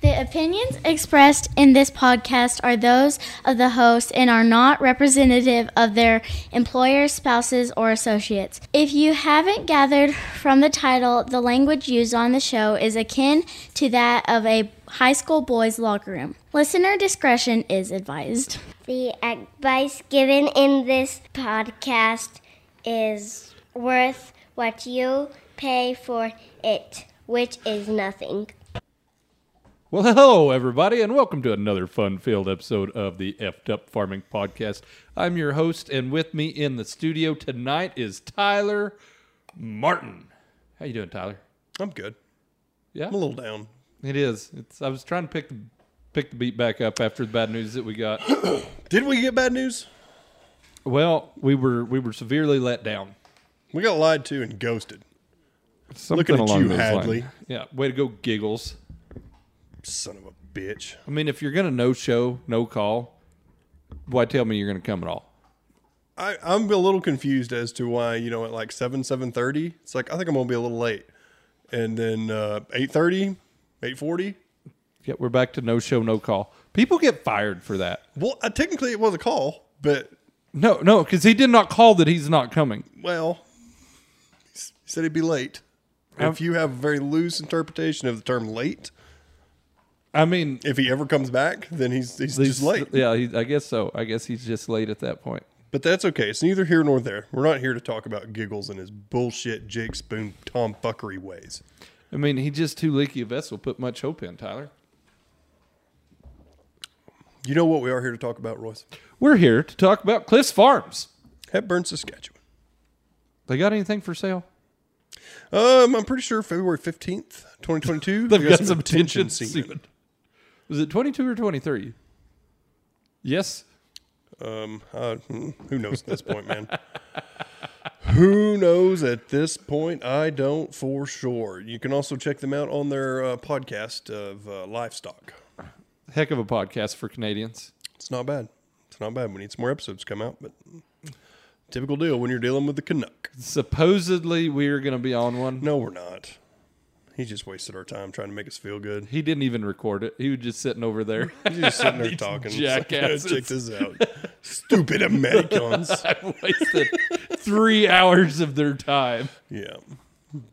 The opinions expressed in this podcast are those of the host and are not representative of their employers, spouses, or associates. If you haven't gathered from the title, the language used on the show is akin to that of a high school boys' locker room. Listener discretion is advised. The advice given in this podcast is worth what you pay for it, which is nothing. Well, hello, everybody, and welcome to another fun filled episode of the Effed Up Farming Podcast. I'm your host, and with me in the studio tonight is Tyler Martin. How you doing, Tyler? I'm good. Yeah, I'm a little down. it is. It's, I was trying to pick the pick the beat back up after the bad news that we got. Did we get bad news? well, we were we were severely let down. We got lied to and ghosted. Something at along you, those Hadley. lines. Yeah, way to go, giggles. Son of a bitch. I mean, if you're gonna no show, no call, why tell me you're gonna come at all? I, I'm a little confused as to why, you know, at like seven, seven thirty, it's like I think I'm gonna be a little late. And then uh eight thirty, eight forty. Yeah, we're back to no show, no call. People get fired for that. Well, uh, technically it was a call, but No, no, because he did not call that he's not coming. well he s- he said he'd be late. If you have a very loose interpretation of the term late, I mean, if he ever comes back, then he's he's, he's just late. Yeah, he, I guess so. I guess he's just late at that point. But that's okay. It's neither here nor there. We're not here to talk about Giggles and his bullshit Jake Spoon tomfuckery ways. I mean, he just too leaky a vessel. Put much hope in Tyler. You know what we are here to talk about, Royce? We're here to talk about Cliff's Farms. Hepburn, Saskatchewan. They got anything for sale? Um, I'm pretty sure February 15th, 2022. They've we got some tension semen. semen. Was it twenty two or twenty three? Yes. Um, uh, hmm, who knows at this point, man? who knows at this point? I don't for sure. You can also check them out on their uh, podcast of uh, livestock. Heck of a podcast for Canadians. It's not bad. It's not bad. We need some more episodes to come out, but typical deal when you're dealing with the Canuck. Supposedly we are going to be on one. No, we're not. He just wasted our time trying to make us feel good. He didn't even record it. He was just sitting over there. He's just sitting there talking. It's like, jackasses. Check this out. Stupid Americans. I wasted three hours of their time, yeah.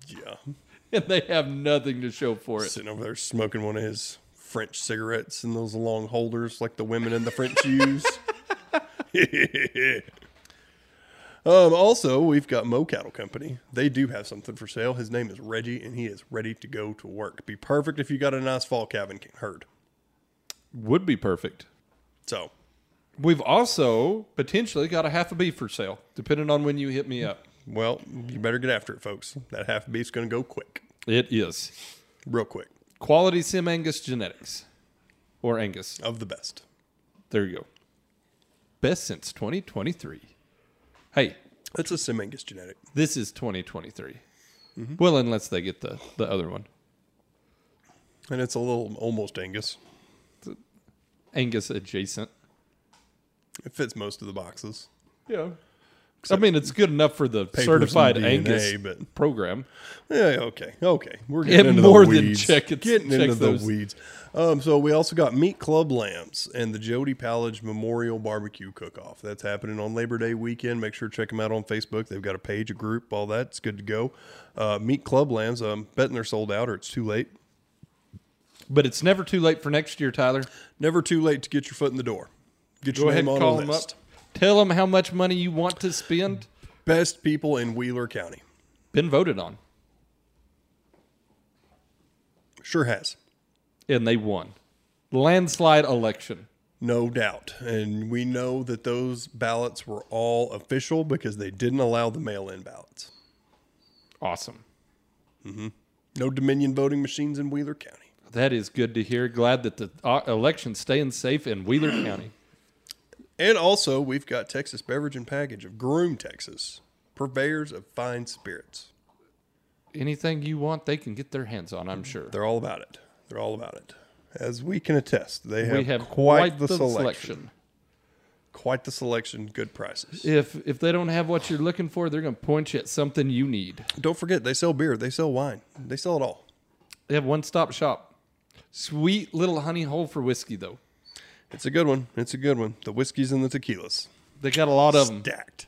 Yeah. and they have nothing to show for it. Sitting over there smoking one of his French cigarettes in those long holders like the women in the French use. um, also, we've got Mo Cattle Company. They do have something for sale. His name is Reggie, and he is ready to go to work. Be perfect if you got a nice fall cabin herd. Would be perfect. So, We've also potentially got a half a bee for sale, depending on when you hit me up. Well, you better get after it, folks. That half beef's going to go quick, It is real quick, quality Sim Angus genetics, or Angus. of the best. There you go. Best since 2023. Hey, That's a Semengus genetic. this is 2023. Well, unless they get the the other one, And it's a little almost Angus. Angus adjacent. It fits most of the boxes. Yeah. I mean, it's good enough for the and certified DNA, Angus but- program. Yeah, okay, okay. We're It getting into more the than weeds. check it- getting check into those. the weeds. Um, so we also got Meat Club Lambs and the Jody Pallage Memorial Barbecue Cook-Off. That's happening on Labor Day weekend. Make sure to check them out on Facebook. They've got a page, a group, all that. It's good to go. Uh, Meat Club Lambs. I'm betting they're sold out, or it's too late. But it's never too late for next year, Tyler. Never too late to get your foot in the door. Get Go your ahead name and on call a them up. list. Tell them how much money you want to spend. Best people in Wheeler County. Been voted on, Sure has. and they won. Landslide election. No doubt. And we know that those ballots were all official because they didn't allow the mail in ballots. Awesome. No Dominion voting machines in Wheeler County. That is good to hear. Glad that the uh, election's staying safe in Wheeler County. And also, we've got Texas Beverage and Package of Groom, Texas, purveyors of fine spirits. Anything you want, they can get their hands on, I'm sure. They're all about it. They're all about it. As we can attest, they have, we have quite, the, selection. Quite the selection, good prices. If if they don't have what you're looking for, they're going to point you at something you need. Don't forget, they sell beer, they sell wine, they sell it all. They have one stop shop. Sweet little honey hole for whiskey, though. It's a good one. It's a good one. The whiskeys and the tequilas. They got a lot of them. Stacked.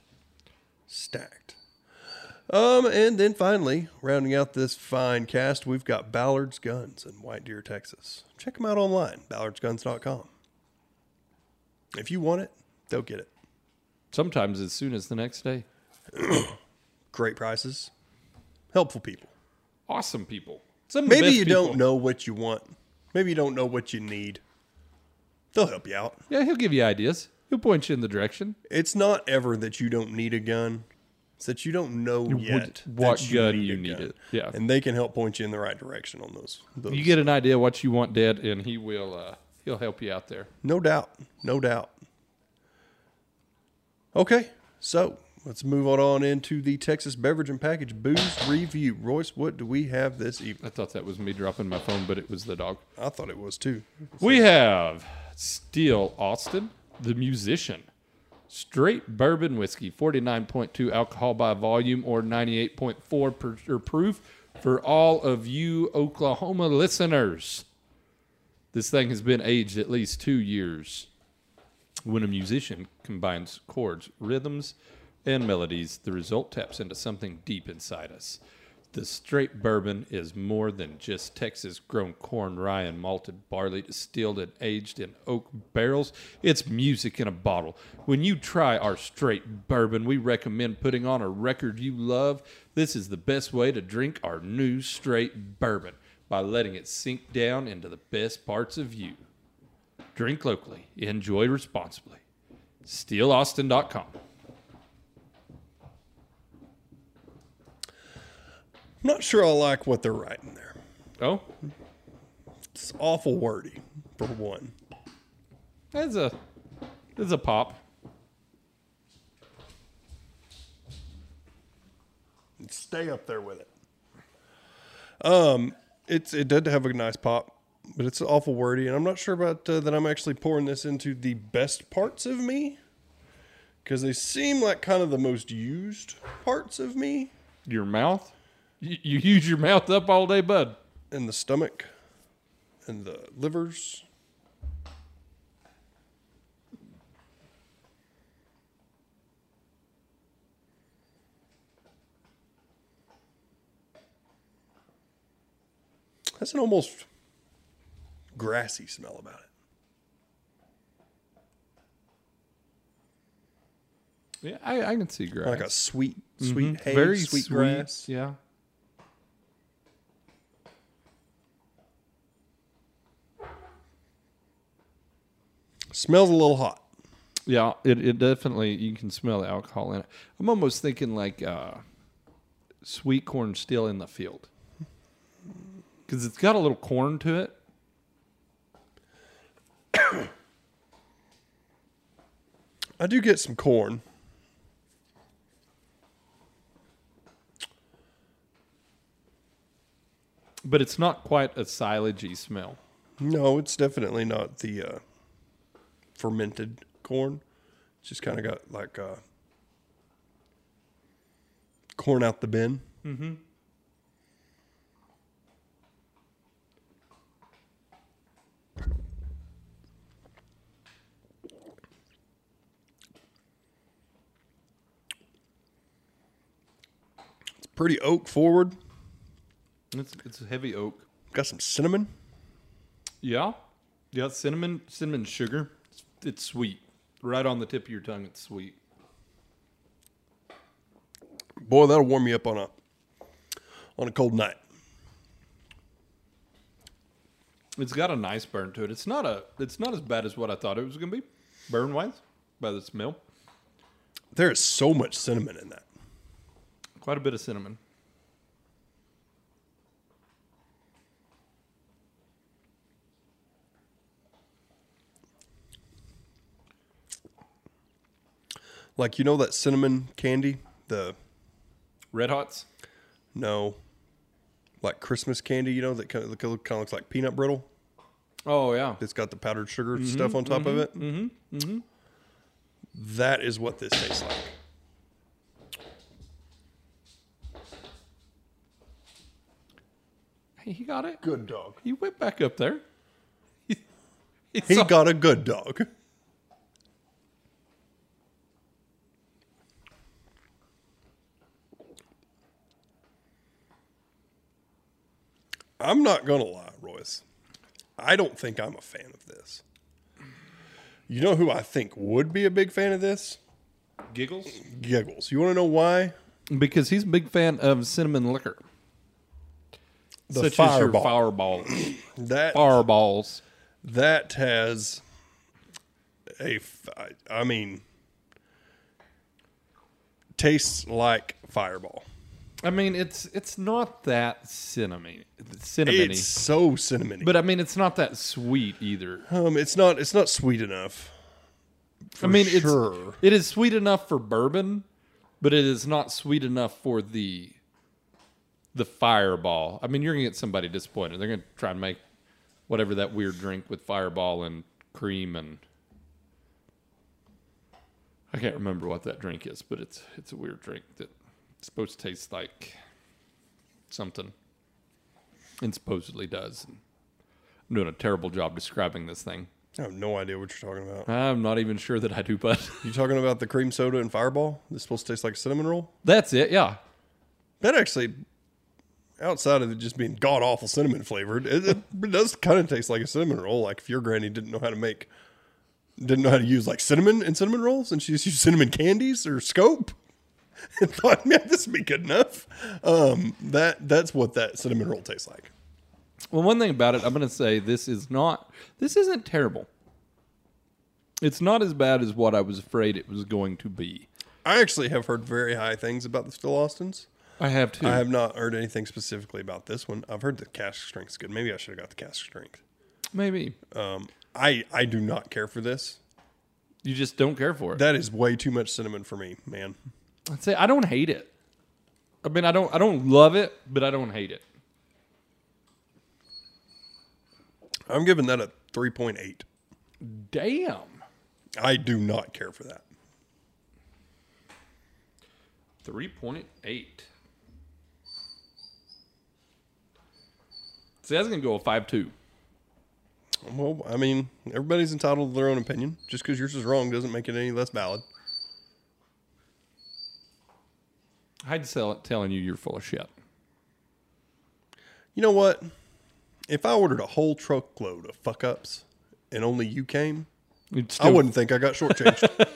Stacked. Um, and then finally, rounding out this fine cast, we've got Ballard's Guns in White Deer, Texas. Check them out online, ballardsguns.com. If you want it, they'll get it. Sometimes as soon as the next day. Great prices, helpful people. Awesome people. Some of the Maybe best you people. don't know what you want. Maybe you don't know what you need. They'll help you out. Yeah, he'll give you ideas. He'll point you in the direction. It's not ever that you don't need a gun. It's that you don't know yet that what gun you a need it. Yeah. and they can help point you in the right direction on those. those. You get an idea what you want dead, and he will uh, he'll help you out there. no doubt, no doubt. Okay, so let's move on, on into the Texas beverage and package booze review. Royce, what do we have this evening? I thought that was me dropping my phone, but it was the dog. I thought it was too. We have Steel Austin, the musician. Straight bourbon whiskey, 49.2 alcohol by volume or 98.4 per, or proof for all of you Oklahoma listeners. This thing has been aged at least two years. When a musician combines chords, rhythms, and melodies, the result taps into something deep inside us. The straight bourbon is more than just Texas grown corn, rye, and malted barley distilled and aged in oak barrels. It's music in a bottle. When you try our straight bourbon, we recommend putting on a record you love. This is the best way to drink our new straight bourbon by letting it sink down into the best parts of you. Drink locally, enjoy responsibly. SteelAustin.com. I'm not sure I like what they're writing there. Oh, It's awful wordy, for one. that's a that's a pop. Stay up there with it. Um, it's it did have a nice pop, but it's awful wordy, and I'm not sure about uh, that. I'm actually pouring this into the best parts of me because they seem like kind of the most used parts of me Your mouth? You, you use your mouth up all day, bud. and the stomach and the livers. That's an almost grassy smell about it. Yeah, I, I can see grass. Mm-hmm. Like a sweet, sweet hay, Very Mm, sweet, grass. Yeah. Smells a little hot. Yeah, it, it definitely you can smell the alcohol in it. I'm almost thinking like uh, sweet corn still in the field. Cuz it's got a little corn to it. I do get some corn. but it's not quite a silagey smell. No, it's definitely not the uh, fermented corn. It's just kind of got like uh, corn out the bin. It's pretty oak forward. It's it's heavy oak. Got some cinnamon. Yeah, yeah, cinnamon, cinnamon sugar. It's, it's sweet, right on the tip of your tongue. It's sweet. Boy, that'll warm you up on a on a cold night. It's got a nice burn to it. It's not a. It's not as bad as what I thought it was gonna be, burn wise, by the smell. There is so much cinnamon in that. Quite a bit of cinnamon. Like you know that cinnamon candy, the Red hots. no, like Christmas candy. You know that kind of, kind of looks like peanut brittle. Oh yeah, It's got the powdered sugar stuff on top of it. Mm-hmm. Mm-hmm. is what this tastes like. He got it. Good dog. He went back up there. He, he He saw- got a good dog. I'm not going to lie, Royce. I don't think I'm a fan of this. You know who I think would be a big fan of this? giggles Giggles. You want to know why? because he's a big fan of cinnamon liquor, The such as your fireball That fireballs. that has a f- I- I mean tastes like fireball I mean, it's it's not that cinnamon cinnamony, it's so cinnamony but I mean, it's not that sweet either. um it's not it's not sweet enough I mean, sure. it's it is sweet enough for bourbon, but it is not sweet enough for the the fireball. I mean, you're gonna get somebody disappointed. They're gonna try and make whatever that weird drink with fireball and cream and I can't remember what that drink is, but it's it's a weird drink that's supposed to taste like something, and supposedly does. I'm doing a terrible job describing this thing. i have no idea what you're talking about I'm not even sure that I do, but. you talking about the cream soda and fireball this supposed to taste like a cinnamon roll That's it. Yeah. that actually outside of it just being god awful cinnamon flavored it, it it does kind of taste like a cinnamon roll like if your granny didn't know how to make didn't know how to use like cinnamon and cinnamon rolls and she just used cinnamon candies or scope and thought man this would be good enough um that that's what that cinnamon roll tastes like Well, one thing about it, I'm going to say this is not. This isn't terrible. It's not as bad as what I was afraid it was going to be. i actually have heard very high things about the still austins I have too. i have not heard anything specifically about this one i've heard the cask strength's good maybe i should have got the cask strength Maybe um i i do not care for this you just don't care for it. that is way too much cinnamon for me man I'd say I don't hate it. I mean, I don't. I don't love it, but I don't hate it. I'm giving that a 3.8. Damn. I do not care for that. Three point eight. See, that's gonna go a five two. Well, I mean, everybody's entitled to their own opinion. Just because yours is wrong doesn't make it any less valid. I'd sell it telling you you're full of shit. You know what? If I ordered a whole truckload of fuck ups and only you came, You'd I still- wouldn't think I got shortchanged.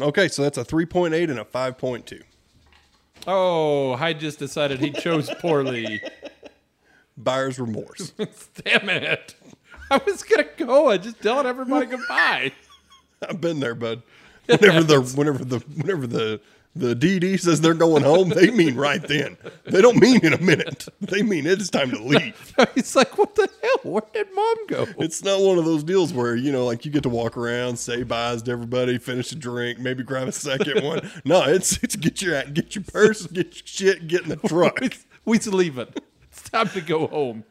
okay, so that's a 3.8 and a 5.2. Oh, I just decided he chose poorly. Buyer's remorse. Damn it. I was going to go. I just telling everybody goodbye. I've been there, bud. Whenever the whenever the whenever the the DD says they're going home, they mean right then. They don't mean in a minute. They mean it's time to leave. He's like, what the hell? Where did mom go? It's not one of those deals where you know, like you get to walk around, say byes to everybody, finish a drink, maybe grab a second one. No, it's it's get your act, get your purse, get your shit, get in the truck. We- We's leaving. It's time to go home.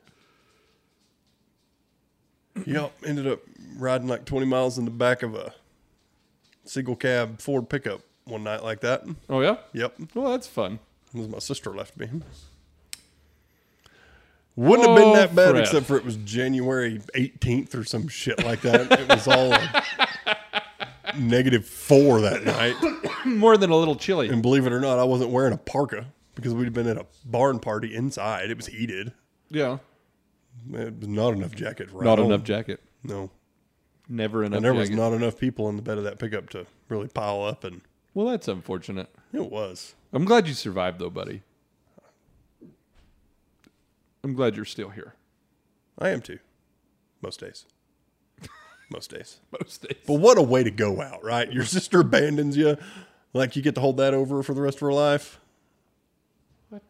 Yep, ended up riding like twenty miles in the back of a single cab Ford pickup one night like that. Oh, yeah? Yep, Well, that's fun. Because my sister left me. Wouldn't have been Oh, that bad Fred. except for it was January 18th or some shit like that. It was all a negative four that night. More than a little chilly. And believe it or not, I wasn't wearing a parka because we'd been at a barn party inside. It was heated. Yeah. It was not enough jacket. For Not home. enough jacket. No. Never enough And there was jacket. not enough people in the bed of that pickup to really pile up. And well, that's unfortunate. it was. I'm glad you survived, though, buddy. I'm glad you're still here I am too. Most days. Most days. most days. But what a way to go out, right? Your sister abandons you. Like you get to hold that over for the rest of her life. What?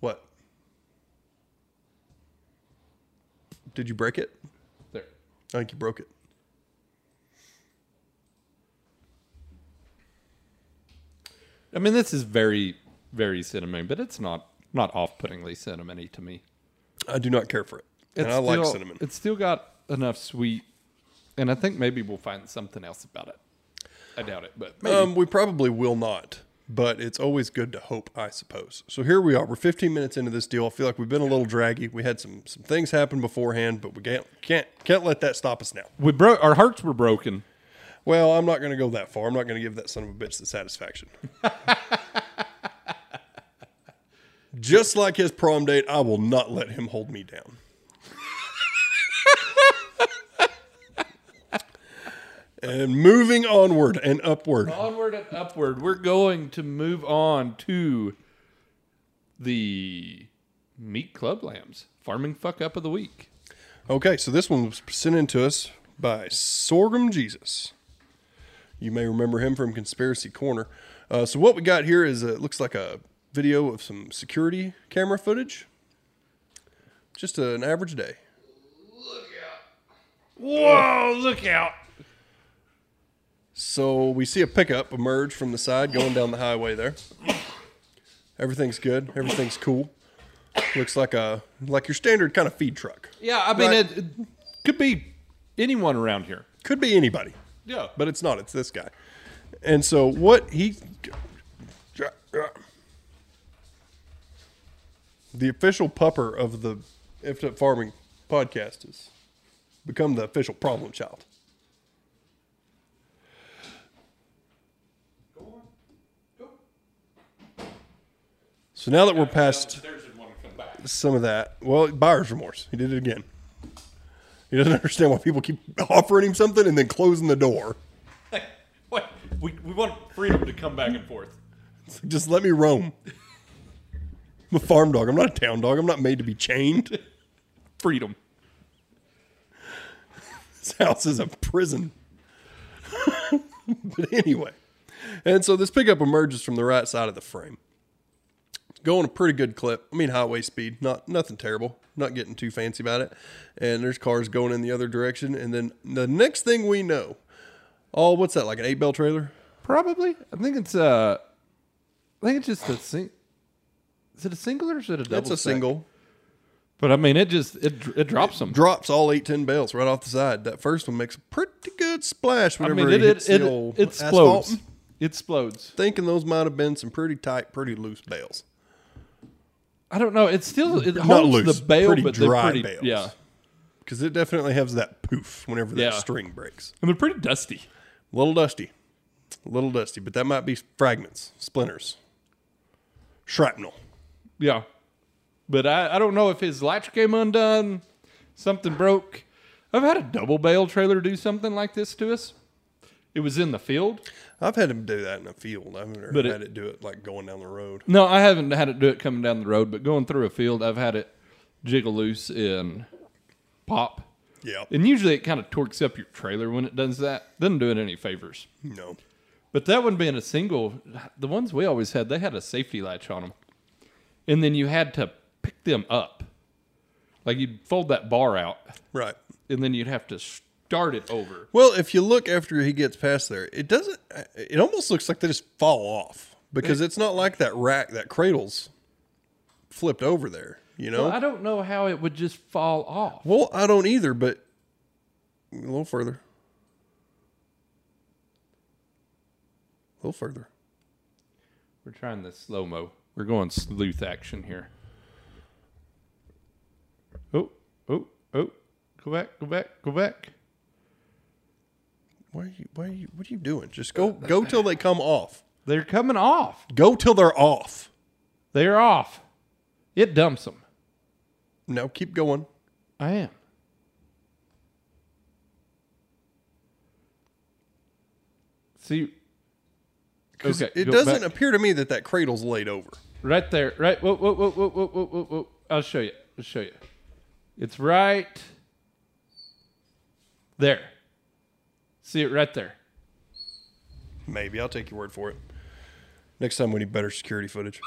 What? Did you break it? There. I think you broke it. I mean, this is very, very cinnamon, but it's not not off-puttingly cinnamony to me. I do not care for it. It's and I like still- cinnamon. It's still got enough sweet, and I think maybe we'll find something else about it. I doubt it, but maybe. Um, we probably will not. but it's always good to hope, I suppose. So here we are. We're 15 minutes into this deal. I feel like we've been a little draggy. We had some some things happen beforehand, but we can't can't can't let that stop us now. We broke our hearts were broken. Well, I'm not going to go that far. I'm not going to give that son of a bitch the satisfaction. Just like his prom date, I will not let him hold me down. and moving onward and upward. Onward and upward. We're going to move on to the meat club lambs farming fuck up of the week. Okay, so this one was sent in to us by Sorghum Jesus. You may remember him from Conspiracy Corner. Uh, so what we got here is uh, it looks like a video of some security camera footage. Just an average day. Whoa! Look out! So we see a pickup emerge from the side going down the highway there. Everything's good. Everything's cool. Looks like a like your standard kind of feed truck. Yeah, I mean Right. it, it could be anyone around here. Could be anybody. Yeah, but it's not. It's this guy. And so what he, the official pupper of the Iftup Farming podcast has become the official problem child. So now that we're past some of that, well, buyer's remorse. He did it again. He doesn't understand why people keep offering him something and then closing the door. Wait, we, we want freedom to come back and forth. Just let me roam. I'm a farm dog. I'm not a town dog. I'm not made to be chained. Freedom. This house is a prison. but anyway. And so this pickup emerges from the right side of the frame. It's going a pretty good clip. I mean highway speed, not nothing terrible. Not getting too fancy about it. And there's cars going in the other direction. And then the next thing we know, oh, what's that? Like an eight bell trailer? Probably. I think it's uh, I think it's just a sing. Is it a single or is it a double? That's a stack? single. But I mean, it just it dr- it drops them. drops all eight ten bells right off the side. That first one makes a pretty good splash I whenever mean, it, it hits it it, the old it asphalt. explodes. It explodes. Thinking those might have been some pretty tight, pretty loose bells. I don't know. It's still it holds Not loose, the bale, pretty but they're dry pretty bales. yeah, Because it definitely has that poof whenever that Yeah. string breaks. and they're pretty dusty. A little dusty, a little dusty, but that might be fragments, splinters, shrapnel. Yeah, but I I don't know if his latch came undone, something broke. I've had a double bale trailer do something like this to us. It was in the field. I've had him do that in a field. I've never But it- had it do it like going down the road. No, I haven't had it do it coming down the road, but going through a field, I've had it jiggle loose and pop. Yeah, And usually it kind of torques up your trailer when it does that. Doesn't do it any favors. no. But that one being a single, the ones we always had, they had a safety latch on them. And then you had to pick them up. Like you'd fold that bar out, Right. and then you'd have to start it over. Well, if you look after he gets past there, it doesn't. It almost looks like they just fall off because it's not like that rack that cradles flipped over there. You know. Well, I don't know how it would just fall off. Well, I don't either, but a little further. A little further. We're trying the slow mo. We're going sleuth action here. Oh, oh, oh. Go back, go back, go back. Why are you? Why are you? What are you doing? Just go. Go till they come off. They're coming off. Go till they're off. They're off. It dumps them. No, keep going. I am. See, 'Cause Okay, it go doesn't back. appear to me that that cradle's laid over. right there, right. Whoa, whoa, whoa, whoa, whoa, whoa, whoa, whoa. I'll show you. I'll show you. It's right there. See it right there. Maybe I'll take your word for it. Next time we need better security footage.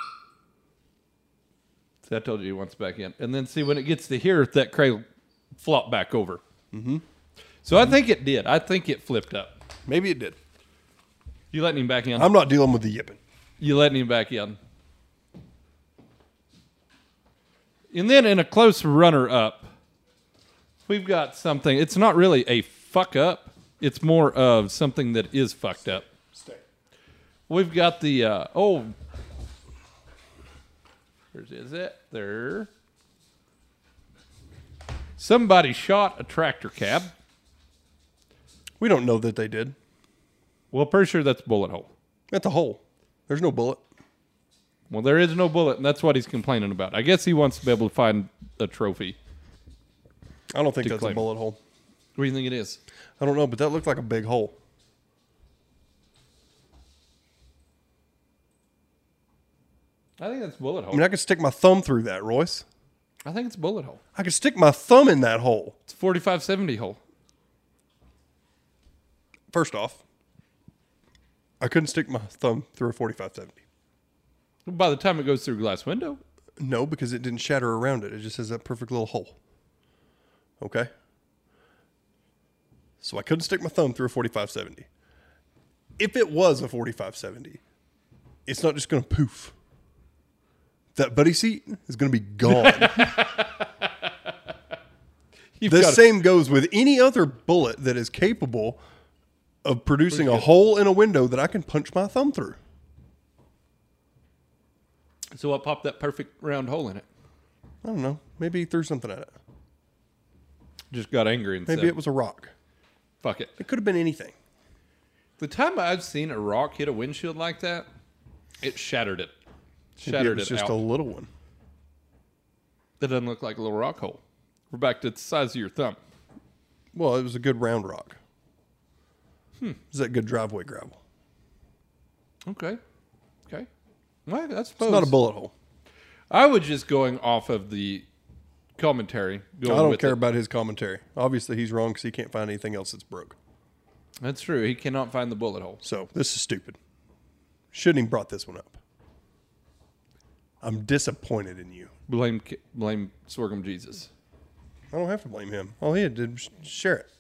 See, I told you he wants back in. And then see when it gets to here, that cradle flop back over. Mm-hmm. So I think it did. I think it flipped up. Maybe it did. You letting him back in? I'm not dealing with the yipping. you letting him back in? And then in a close runner up, we've got something. It's not really a fuck up. It's more of something that is fucked up. We've got the uh, oh, there's is it there? Somebody shot a tractor cab. We don't know that they did. Well, pretty sure that's bullet hole. That's a hole. There's no bullet. Well, there is no bullet, and that's what he's complaining about. I guess he wants to be able to find a trophy. I don't think Did that's claim. a bullet hole. What do you think it is? I don't know, but that looked like a big hole. I think that's bullet hole. I mean, I could stick my thumb through that, Royce. I think it's bullet hole. I could stick my thumb in that hole. It's 4570 hole. First off, I couldn't stick my thumb through a 4570. By the time it goes through glass window, No, because it didn't shatter around it. It just has that perfect little hole. Okay. So I couldn't stick my thumb through a 4570. If it was a 4570, it's not just going to poof. That buddy seat is going to be gone. you've the got a- same goes with any other bullet that is capable of producing a hole in a window that I can punch my thumb through. so I popped that perfect round hole in it. I don't know. Maybe he threw something at it. Just got angry and Maybe said, it was a rock. "Fuck it." It could have been anything. The time I've seen a rock hit a windshield like that, it shattered it. Maybe Shattered it was it, just out. a little one. That doesn't look like a little rock hole. We're back to the size of your thumb. Well, it was a good round rock. Hmm. Is that good driveway gravel? Okay. Okay. Well, I suppose It's not a bullet hole. I was just going off of the commentary. Going I don't with care it. about his commentary. Obviously, he's wrong because he can't find anything else that's broke. That's true. He cannot find the bullet hole. So this is stupid. Shouldn't even brought this one up. I'm disappointed in you. Blame K- blame Sorghum Jesus. I don't have to blame him. All he had did was share it.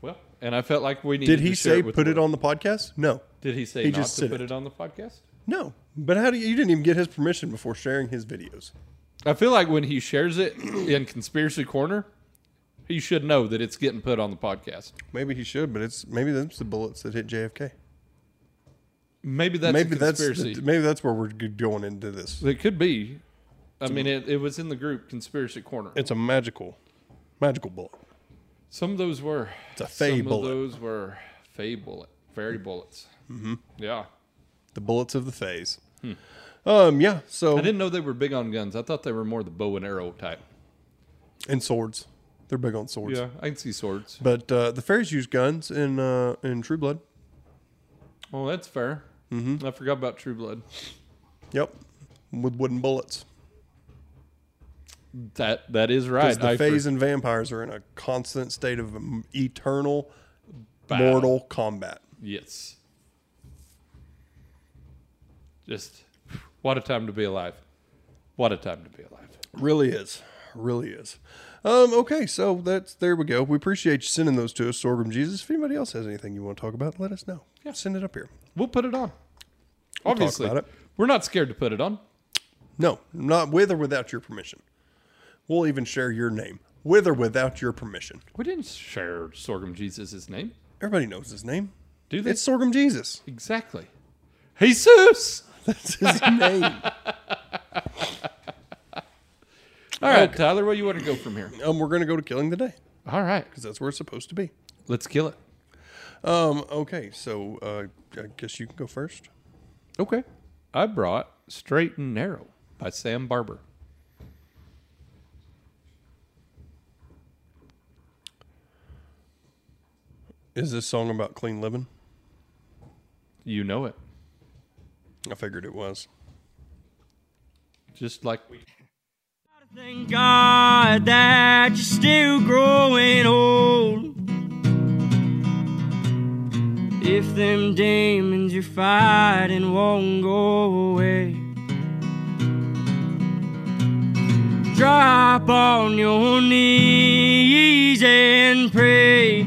Well, and I felt like we needed. Did he to share say it with put the it world. on the podcast? No. Did he say he not just to said put it. it on the podcast? No. But how do you, you didn't even get his permission before sharing his videos? I feel like when he shares it in Conspiracy Corner, he should know that it's getting put on the podcast. Maybe he should, but it's maybe that's the bullets that hit JFK. Maybe that's maybe a that's conspiracy. maybe that's where we're g- going into this. it could be. I mean, it, it was in the group Conspiracy Corner. It's a magical, magical bullet. Some of those were. It's a fey Some bullet. of those were fey bullet, fairy bullets. Mm-hmm. Yeah. The bullets of the phase. Um, yeah. Hmm. I So didn't know they were big on guns. I thought they were more the bow and arrow type. and swords, they're big on swords. Yeah, I can see swords. But uh, the fairies use guns in uh, in True Blood. Oh, that's fair. Mm-hmm. I forgot about True Blood. Yep, with wooden bullets. That that is right. Because the I for- phase and vampires are in a constant state of um, eternal Battle. mortal combat. Yes. Just what a time to be alive. What a time to be alive. Really is. Really is. Um, okay, so that's there we go. We appreciate you sending those to us, Sorghum Jesus. If anybody else has anything you want to talk about, let us know. Yeah. Send it up here. We'll put it on. We'll talk Obviously, about it. we're not scared to put it on. No, not with or without your permission. We'll even share your name. With or without your permission. We didn't share Sorghum Jesus' name. Everybody knows his name. Do they? It's Sorghum Jesus. exactly. Jesus. That's his name. All right, Tyler, where you want to go from here? Um, we're gonna go to killing the day All right, because that's where it's supposed to be. let's kill it. Um, okay, so uh, I guess you can go first. Okay. I brought Straight and Narrow by Sam Barber. Is this song about clean living? You know it. I figured it was. Just like Thank God that you're still growing old. If them demons you're fighting won't go away, drop on your knees and pray.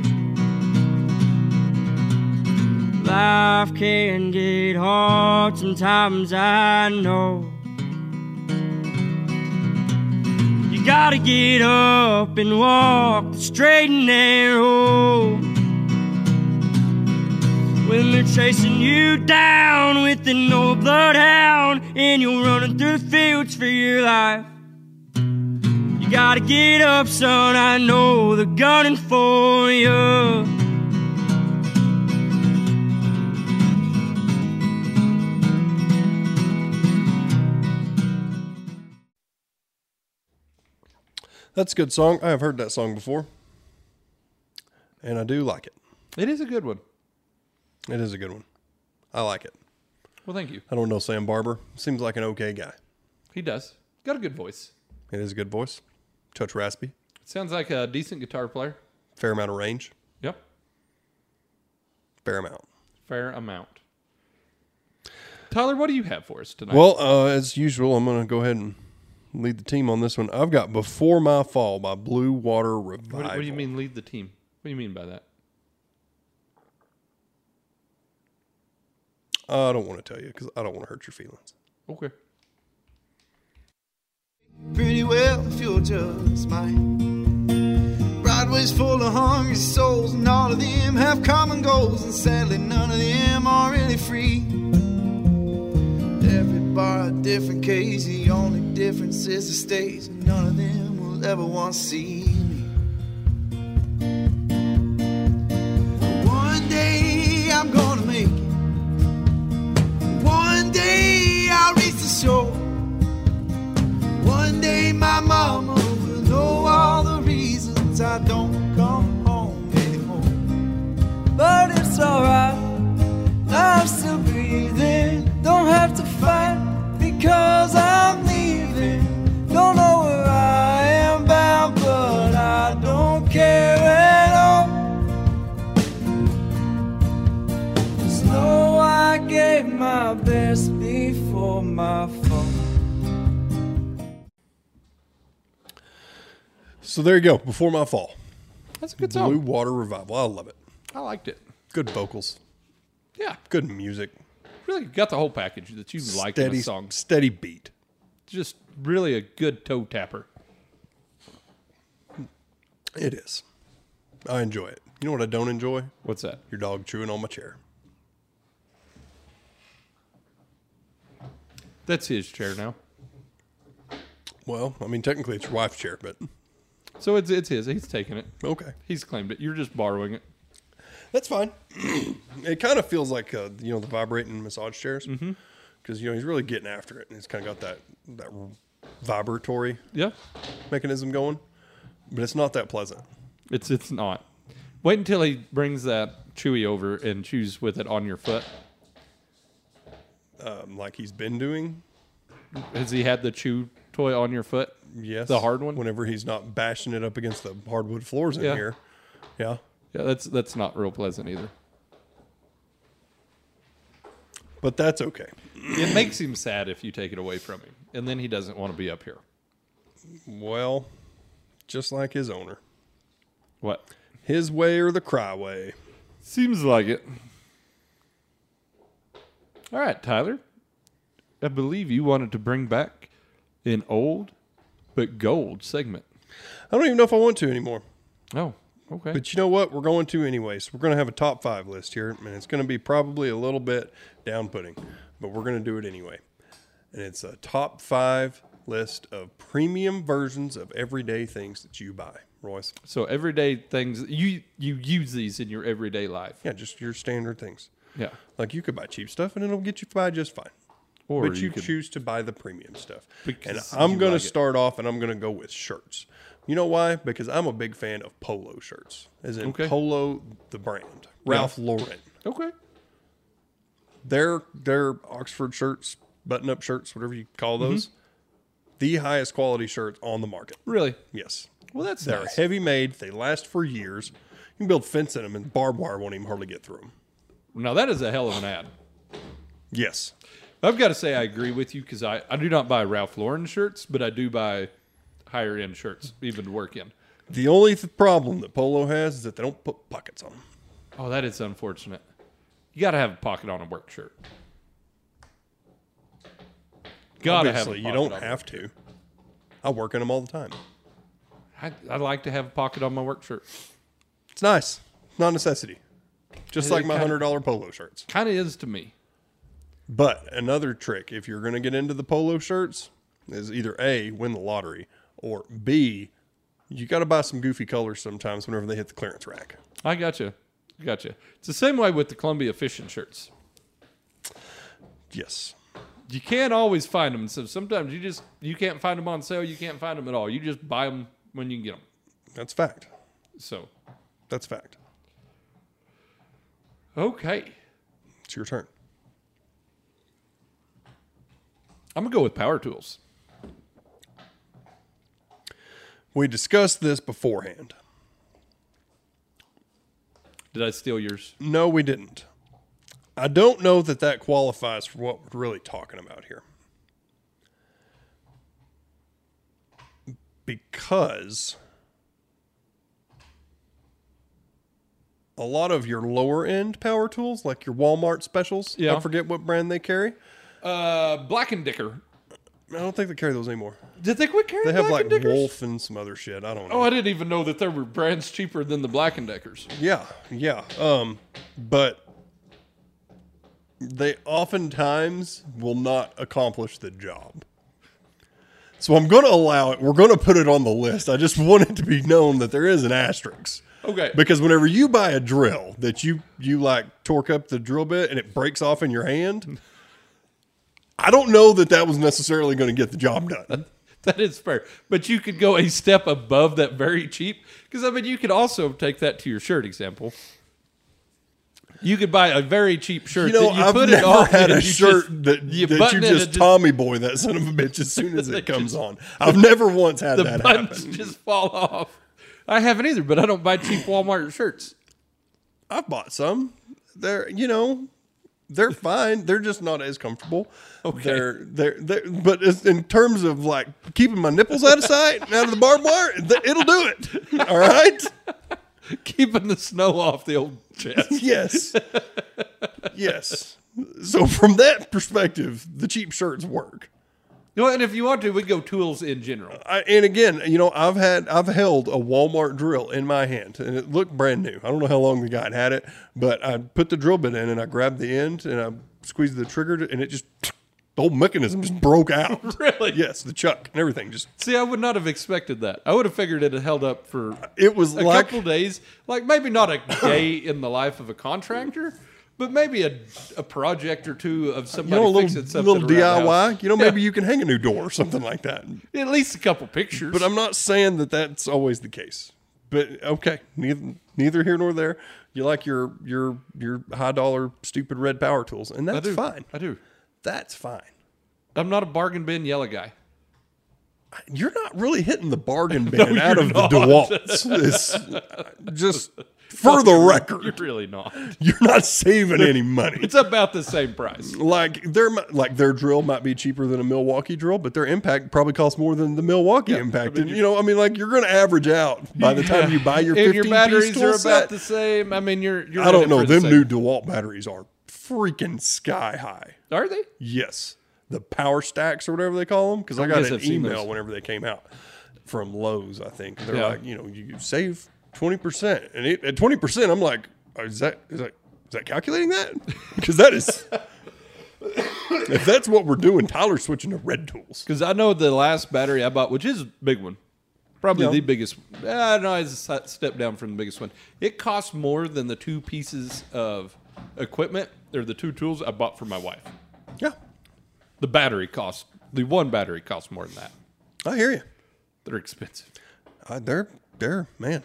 Life can get hard sometimes, I know. You gotta get up and walk the straight and narrow. when they're chasing you down with an old bloodhound and you're running through the fields for your life. You gotta get up, son. I know they're gunning for you. That's a good song. I have heard that song before, and I do like it. It is a good one. It is a good one. I like it. Well, thank you. I don't know Sam Barber. Seems like an okay guy. He does. Got a good voice. It is a good voice. Touch raspy. Sounds like a decent guitar player. Fair amount of range. Yep. Fair amount. Fair amount. Tyler, what do you have for us tonight? Well, uh, as usual, I'm going to go ahead and lead the team on this one. I've got "Before My Fall" by Blue Water Revival. what, do- what do you mean lead the team? What do you mean by that? I don't want to tell you because I don't want to hurt your feelings. Okay. pretty well if you're just mine. Broadway's full of hungry souls, and all of them have common goals, and sadly, none of them are really free. Every bar a different case, the only difference is the stage, and none of them will ever want to see me. One day I'm gonna make it. One day I'll reach the shore. One day my mama will know all the reasons I don't come home anymore. But it's alright, I'm still breathing. Don't have to fight because I'm leaving. Don't know where I am bound, but I don't care at all. Just know I gave my best before my fall. So there you go. "Before My Fall," That's a good song. Blue Water Revival. I love it. I liked it. Good vocals. Yeah. Good music. Really got the whole package that you like in steady a song. Steady beat. Just really a good toe tapper. It is. I enjoy it. You know what I don't enjoy? What's that? Your dog chewing on my chair. That's his chair now. Well, I mean, technically it's your wife's chair, but So it's it's his. He's taking it. okay. He's claimed it. You're just borrowing it. That's fine. it kind of feels like uh, you know the vibrating massage chairs Mm-hmm. because you know he's really getting after it, and he's kind of got that that vibratory Yeah. mechanism going, but it's not that pleasant. It's it's not. Wait until he brings that chewy over and chews with it on your foot. Um, like he's been doing. Has he had the chew toy on your foot? Yes, The hard one? Whenever he's not bashing it up against the hardwood floors in Yeah. here. Yeah, Yeah, that's that's not real pleasant either. but that's okay. It makes him sad if you take it away from him, and then he doesn't want to be up here. Well, just like his owner, What? his way or the cry way. Seems like it. All right, Tyler. I believe you wanted to bring back an old but gold segment. I don't even know if I want to anymore. Oh, okay. But you know what? We're going to anyway. So we're going to have a top five list here, and it's going to be probably a little bit down putting, but we're going to do it anyway. And it's a top five list of premium versions of everyday things that you buy, Royce. so everyday things you you use these in your everyday life. Yeah, just your standard things. Yeah. Like you could buy cheap stuff, and it'll get you by just fine. Or but you, could- choose to buy the premium stuff. And Because I'm you going like to it. start off and I'm going to go with shirts. You know why? Because I'm a big fan of polo shirts, as in Okay. Polo, the brand, Ralph Lauren. Okay. Their, their Oxford shirts, button up shirts, whatever you call Mm-hmm. those, the highest quality shirts on the market. Really? Yes. Well, that's They're nice. heavy made, they last for years. You can build fence in them, and barbed wire won't even hardly get through them. Now that is a hell of an ad. Yes. I've got to say I agree with you because I, I do not buy Ralph Lauren shirts, but I do buy higher end shirts, even to work in. The only th- problem that polo has is that they don't put pockets on them. Oh, that is unfortunate. You got to have a pocket on a work shirt. Got to have. A Obviously, you pocket don't on a- have to. I work in them all the time. I, I like to have a pocket on my work shirt. It's nice. It's not a necessity. Just It- like it my kinda- hundred dollar polo shirts. Kind of is to me. But another trick, if you're gonna get into the polo shirts, is either A, win the lottery, or B, you gotta buy some goofy colors sometimes whenever they hit the clearance rack. I gotcha. I gotcha. It's the same way with the Columbia fishing shirts. Yes. You can't always find them, so sometimes you just you can't find them on sale. You can't find them at all. You just buy them when you can get them. That's fact. So That's fact. okay, It's your turn. I'm gonna go with power tools. We discussed this beforehand. Did I steal yours? No, we didn't. I don't know that that qualifies for what we're really talking about here. Because a lot of your lower end power tools, like your Walmart specials, Yeah. I forget what brand they carry. Uh, Black and Dicker. I don't think they carry those anymore. Did they quit carrying They have Black like and Deckers? Wolf and some other shit. I don't know. Oh, I didn't even know that there were brands cheaper than the Black and Deckers. Yeah, yeah. Um, but they oftentimes will not accomplish the job. So I'm going to allow it. We're going to put it on the list. I just want it to be known that there is an asterisk. Okay. Because whenever you buy a drill that you you like torque up the drill bit and it breaks off in your hand, I don't know that that was necessarily going to get the job done. That is fair. But you could go a step above that very cheap. Because, I mean, you could also take that to your shirt example. You could buy a very cheap shirt. You know, that you I've put it never on and had a you shirt just- that you, that button you it and just just- Tommy boy that son of a bitch as soon as it comes on. I've never once had the that buttons happen. just fall off. I haven't either, but I don't buy cheap Walmart shirts. I've bought some. They're you know they're fine. They're just not as comfortable. Okay. They're they're, they're but as, in terms of like keeping my nipples out of sight and out of the barbed wire, th- it'll do it. All right. Keeping the snow off the old chest. Yes. Yes. So from that perspective, the cheap shirts work. No, and if you want to, we go tools in general. I, and again, you know, I've had I've held a Walmart drill in my hand, and it looked brand new. I don't know how long the guy had had it, but I put the drill bit in, and I grabbed the end, and I squeezed the trigger, to- and it just the whole mechanism just broke out. Really? Yes, the chuck and everything just See, I would not have expected that. I would have figured it had held up for it was a like couple days, like maybe not a day in the life of a contractor, but maybe a, a project or two of you somebody know a little fixing something. little around the house. DIY. You know, maybe you can hang a new door or something like that. At least a couple pictures. But I'm not saying that that's always the case. But okay, neither neither here nor there. You like your your your high dollar stupid red power tools, and I that's do. fine. I do. That's fine. I'm not a bargain bin yellow guy. You're not really hitting the bargain bin out you're of not. the DeWalt's. It's just for the You're record, really not. you're not saving any money. It's about the same price. Like their mi- like their drill might be cheaper than a Milwaukee drill, but their impact probably costs more than the Milwaukee impact. and you know, I mean, like you're going to average out by the time you buy your If 15 your batteries piece are about tool set. the same, I mean, you're. you're I in don't it know. for the Them same. new DeWalt batteries are freaking sky high. Are they? Yes, the power stacks or whatever they call them. Because I I got guess an I've seen email those. whenever they came out from Lowe's. I think they're Yeah. like, you know, you save twenty percent, and it, at twenty percent, I'm like, "Oh, is that is that is that calculating that? Because that is. if that's what we're doing, Tyler's switching to red tools. Because I know the last battery I bought, which is a big one, probably Yeah. the biggest. I know it's a si- step down from the biggest one. It cost more than the two pieces of equipment or the two tools I bought for my wife. Yeah, The battery cost, the one battery cost more than that. I hear you. They're expensive, Uh, they're they're man,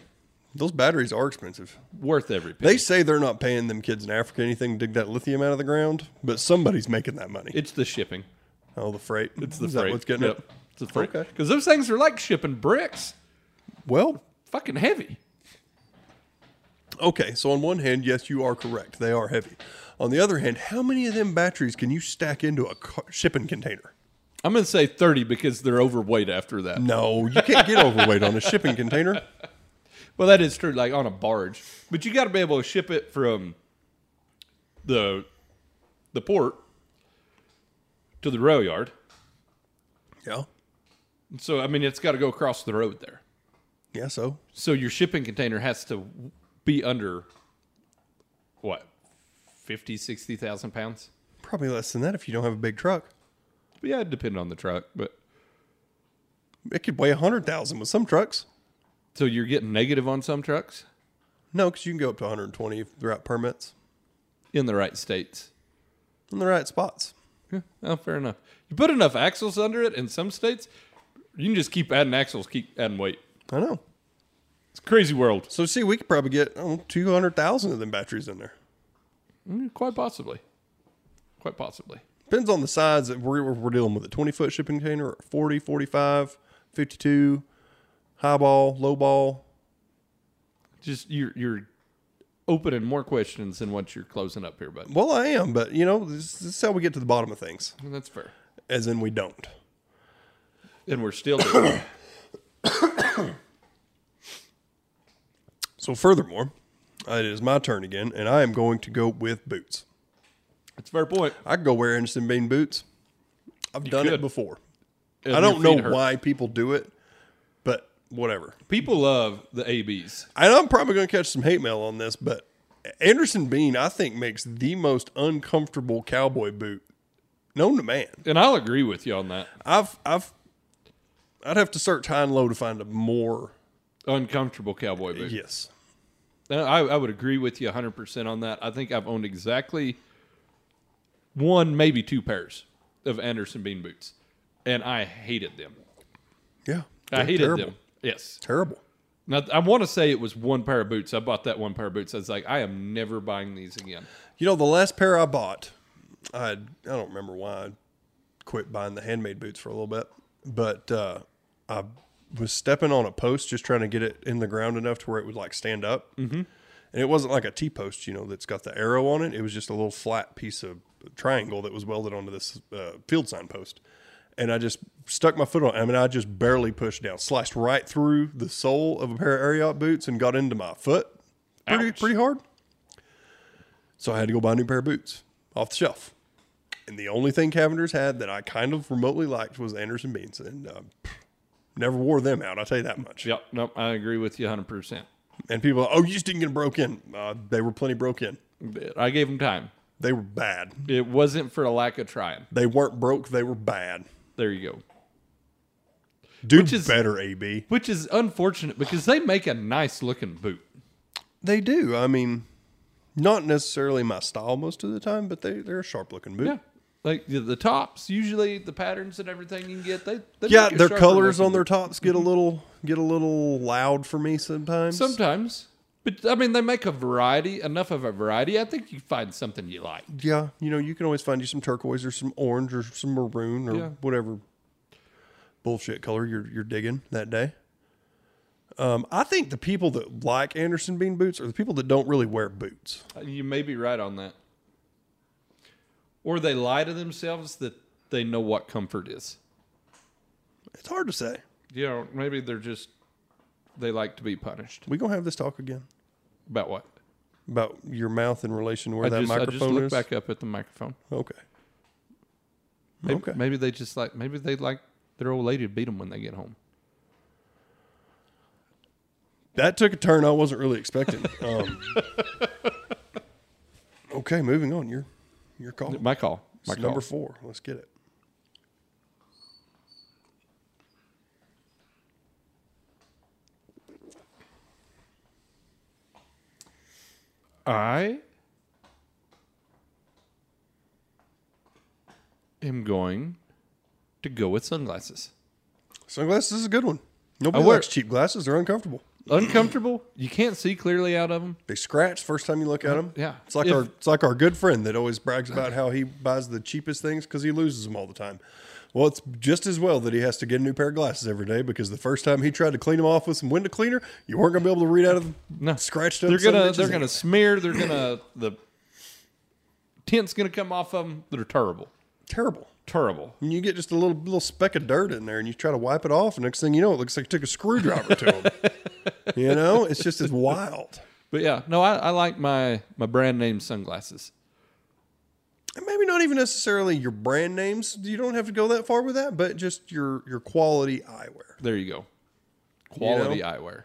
those batteries are expensive. worth every penny. They say they're not paying them kids in Africa anything to dig that lithium out of the ground, but somebody's making that money. it's the shipping. oh, the freight. It's The Is freight. that what's getting yep. it? It's the freight. Okay. Because those things are like shipping bricks, Well, fucking heavy. Okay, so on one hand, yes, you are correct. They are heavy. On the other hand, how many of them batteries can you stack into a car- shipping container? I'm gonna say 30 because they're overweight after that. No, you can't get overweight on a shipping container. Well, that is true, like on a barge. But you got to be able to ship it from the the port to the rail yard. Yeah. So I mean, it's got to go across the road there. Yeah, so So your shipping container has to be under what 50 60,000 pounds. Probably less than that if you don't have a big truck. But yeah, it depended on the truck, but It could weigh a hundred thousand with some trucks. so you're getting negative on some trucks No, because you can go up to 120 if they're out permits in the right states. in the right spots. Yeah, well, fair enough. You put enough axles under it in some states, you can just keep adding axles, keep adding weight. I know. It's a crazy world. So see, we could probably get oh, 200,000 of them batteries in there. Mm, Quite possibly. Quite possibly. Depends on the size that we're, we're dealing with. A 20 foot shipping container, 40, 45, 52, high ball, low ball. Just you're you're opening more questions than what you're closing up here, but Well, I am, but you know, this, this is how we get to the bottom of things, that's fair. as in we don't. And we're still doing it. So, furthermore, it is my turn again, and I am going to go with boots. That's a fair point. I could go wear instant bean boots. I've done could. it before. And I don't your know feet hurt. why people do it, but whatever. People love the ABs. And I'm probably going to catch some hate mail on this, but Anderson Bean, I think, makes the most uncomfortable cowboy boot known to man. And I'll agree with you on that. I've, I've, I'd have to search high and low to find a more. Uncomfortable cowboy boot. Yes. Uh, I, I would agree with you 100% on that. I think I've owned exactly one, maybe two pairs of Anderson Bean boots, and I hated them. Yeah. I They're hated terrible. them. Yes. Terrible. Now, I want to say it was one pair of boots. I bought that one pair of boots. I was like, I am never buying these again. You know, the last pair I bought, I I don't remember why I quit buying the handmade boots for a little bit, but uh, I was stepping on a post just trying to get it in the ground enough to where it would like stand up. Mm-hmm. And it wasn't like a T post, you know, that's got the arrow on it. It was just a little flat piece of triangle that was welded onto this uh, field sign post. And I just stuck my foot on. I mean, I just barely pushed down, sliced right through the sole of a pair of Ariat boots, and got into my foot pretty Ouch. pretty hard. So I had to go buy a new pair of boots off the shelf. And the only thing Cavenders had that I kind of remotely liked was Anderson Beans, and uh, pff, never wore them out. I'll tell you that much. Yep. Nope. I agree with you 100%. And people, oh, you just didn't get broke in. Uh, they were plenty broke in. But I gave them time. They were bad. It wasn't for a lack of trying. They weren't broke. They were bad. There you go. Do Which is- better, AB. Which is unfortunate because they make a nice looking boot. They do. I mean, not necessarily my style most of the time, but they they're a sharp looking boot. Yeah. Like the, the tops, usually the patterns and everything you can get, they, they Yeah, make a their sharper colors looking on their boot. tops get a little get a little loud for me sometimes. sometimes. But I mean, they make a variety, enough of a variety. I think you find something you like. Yeah, you know, you can always find you some turquoise or some orange or some maroon or Yeah. whatever bullshit color you're you're digging that day. Um, I think the people that like Anderson Bean boots are the people that don't really wear boots. You may be right on that. Or they lie to themselves that they know what comfort is. It's hard to say. You know, maybe they're just they like to be punished. We gonna have this talk again About what? about your mouth in relation to where I that just, I just microphone look is. back up at the microphone. Okay, Maybe, Okay. maybe they just like maybe they like their old lady to beat them when they get home. that took a turn I wasn't really expecting. um, okay, moving on. Your your call. My call. My It's call. number four. Let's get it. I am going to go with sunglasses. Sunglasses is a good one. Nobody I wear- likes cheap glasses. They're uncomfortable. Uncomfortable. You can't see clearly out of them. They scratch first time you look at them. Yeah. it's like If- our it's like our good friend that always brags about how he buys the cheapest things because he loses them all the time. Well, it's just as well that he has to get a new pair of glasses every day because the first time he tried to clean them off with some window cleaner, you weren't gonna be able to read out of No. scratched up. They're son of gonna bitches they're gonna anyway. smear. They're gonna the tint's gonna come off of them. They're terrible. terrible. Terrible. And you get just a little little speck of dirt in there, and you try to wipe it off, and next thing you know, it looks like you took a screwdriver to them. you know, it's just as wild. But yeah, no, I, I like my my brand name sunglasses. And maybe not even necessarily your brand names. You don't have to go that far with that, but just your your quality eyewear. There you go. Quality eyewear.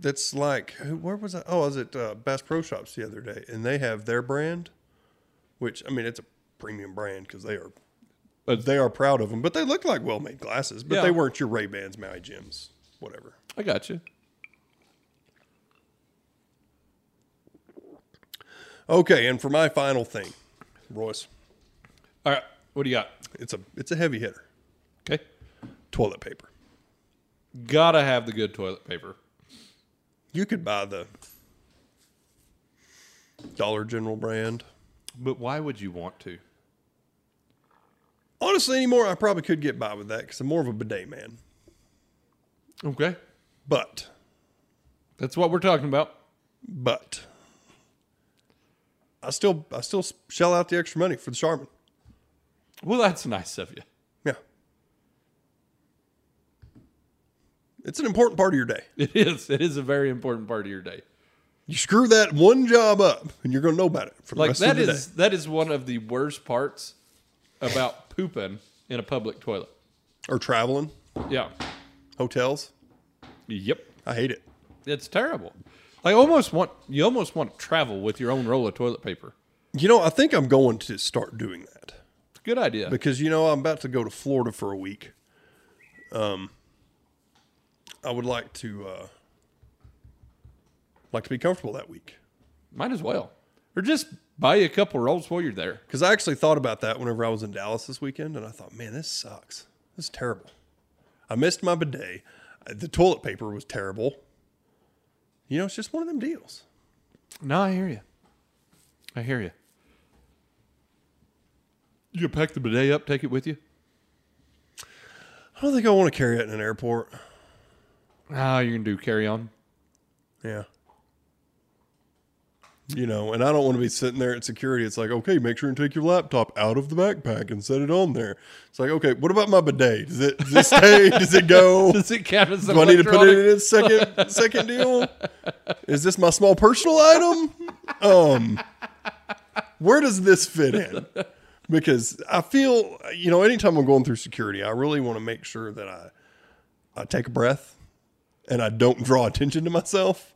that's like who- where was I? Oh, I was at uh, Bass Pro Shops the other day, and they have their brand, which I mean, it's a premium brand because they are Uh, they are proud of them. But they look like well made glasses, but Yeah. they weren't your Ray Bans, Maui Jims, whatever. I got you. Okay, and for my final thing, Royce, All right. What do you got? it's a it's a heavy hitter. Okay. Toilet paper. Gotta have the good toilet paper. You could buy the Dollar General brand. But why would you want to? Honestly, anymore, I probably could get by with that because I'm more of a bidet man. Okay. But, That's what we're talking about. but, I still, I still shell out the extra money for the Charmin. Well, that's nice of you. Yeah, it's an important part of your day. It is. It is a very important part of your day. You screw that one job up, and you're gonna know about it for the Like rest that of the is day. that is one of the worst parts about pooping in a public toilet. Or traveling, Yeah. hotels. Yep. I hate it. It's terrible. I almost want you almost want to travel with your own roll of toilet paper. You know, I think I'm going to start doing that. It's a good idea. because you know I'm about to go to Florida for a week. Um, I would like to uh, like to be comfortable that week Might as well. Or just buy you a couple rolls while you're there. because I actually thought about that whenever I was in Dallas this weekend, and I thought, man, this sucks. This is terrible. I missed my bidet. Uh, The toilet paper was terrible. You know, it's just one of them deals. No, I hear you. I hear you. You pack the bidet up, take it with you. I don't think I want to carry it in an airport. Ah, you're gonna do carry on. Yeah. You know, and I don't want to be sitting there at security. It's like, okay, make sure and take your laptop out of the backpack and set it on there. It's like, okay, what about my bidet? Does it does it stay? does it go? Does it count as Do I need to put it in its second second deal? Is this my small personal item? Um, where does this fit in? Because I feel, you know, anytime I'm going through security, I really want to make sure that I I take a breath and I don't draw attention to myself.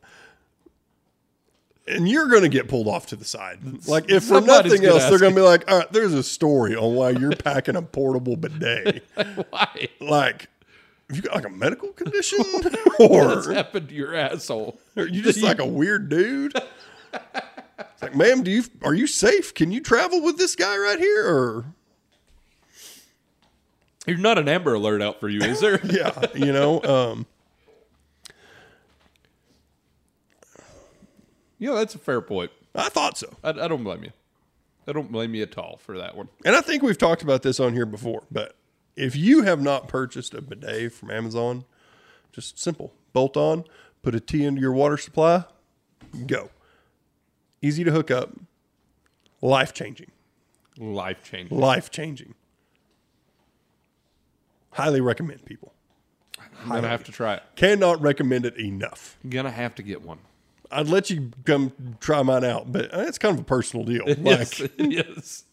And you're going to get pulled off to the side. Like if for Somebody's nothing gonna else, they're ask going to be like, "All right, there's a story on why you're packing a portable bidet." Why? like have you got like a medical condition or What's happened to your asshole? are you just like a weird dude it's like ma'am do you are you safe can you travel with this guy right here or You're not an Amber Alert out for you, is there? yeah you know um yeah, that's a fair point. i thought so I, I don't blame you. I don't blame you at all for that one. and i think we've talked about this on here before but if you have not purchased a bidet from amazon just simple bolt on put a t into your water supply go easy to hook up life changing Life changing. life changing. Highly recommend people. I'm gonna have to try it. Cannot recommend it enough. I'm gonna have to get one. I'd let you come try mine out, but uh, it's kind of a personal deal. Like, Yes, yes.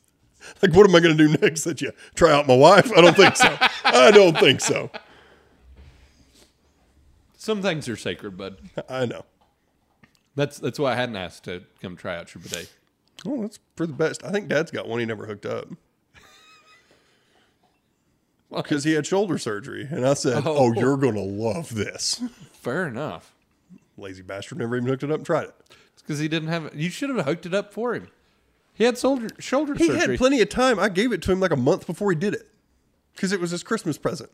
like what am I going to do next? That you try out my wife? I don't think so. I don't think so. Some things are sacred, bud. I know. That's that's why I hadn't asked to come try out your bidet. Oh, that's for the best. I think Dad's got one he never hooked up. Because he had shoulder surgery, and I said, Oh. "Oh, you're gonna love this." Fair enough. Lazy bastard never even hooked it up and tried it. It's because he didn't have it. You should have hooked it up for him. He had shoulder shoulder He surgery. had plenty of time. I gave it to him like a month before he did it because it was his Christmas present.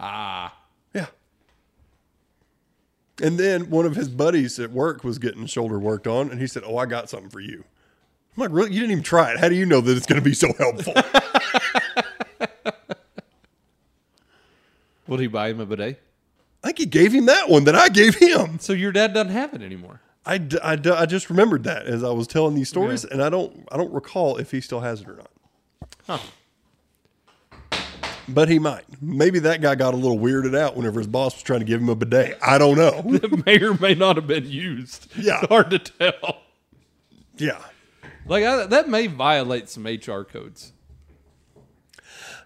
ah, Yeah. And then one of his buddies at work was getting shoulder worked on, and he said, "Oh, I got something for you." I'm like, "Really? You didn't even try it? How do you know that it's going to be so helpful?" would he buy him a bidet? I think he gave him that one that I gave him. So your dad doesn't have it anymore. I, d- I, d- I just remembered that as I was telling these stories, and I don't I don't recall if he still has it or not. Huh. But he might. Maybe that guy got a little weirded out whenever his boss was trying to give him a bidet. I don't know. It may or may not have been used. Yeah. it's hard to tell. yeah. Like I, that may violate some HR codes.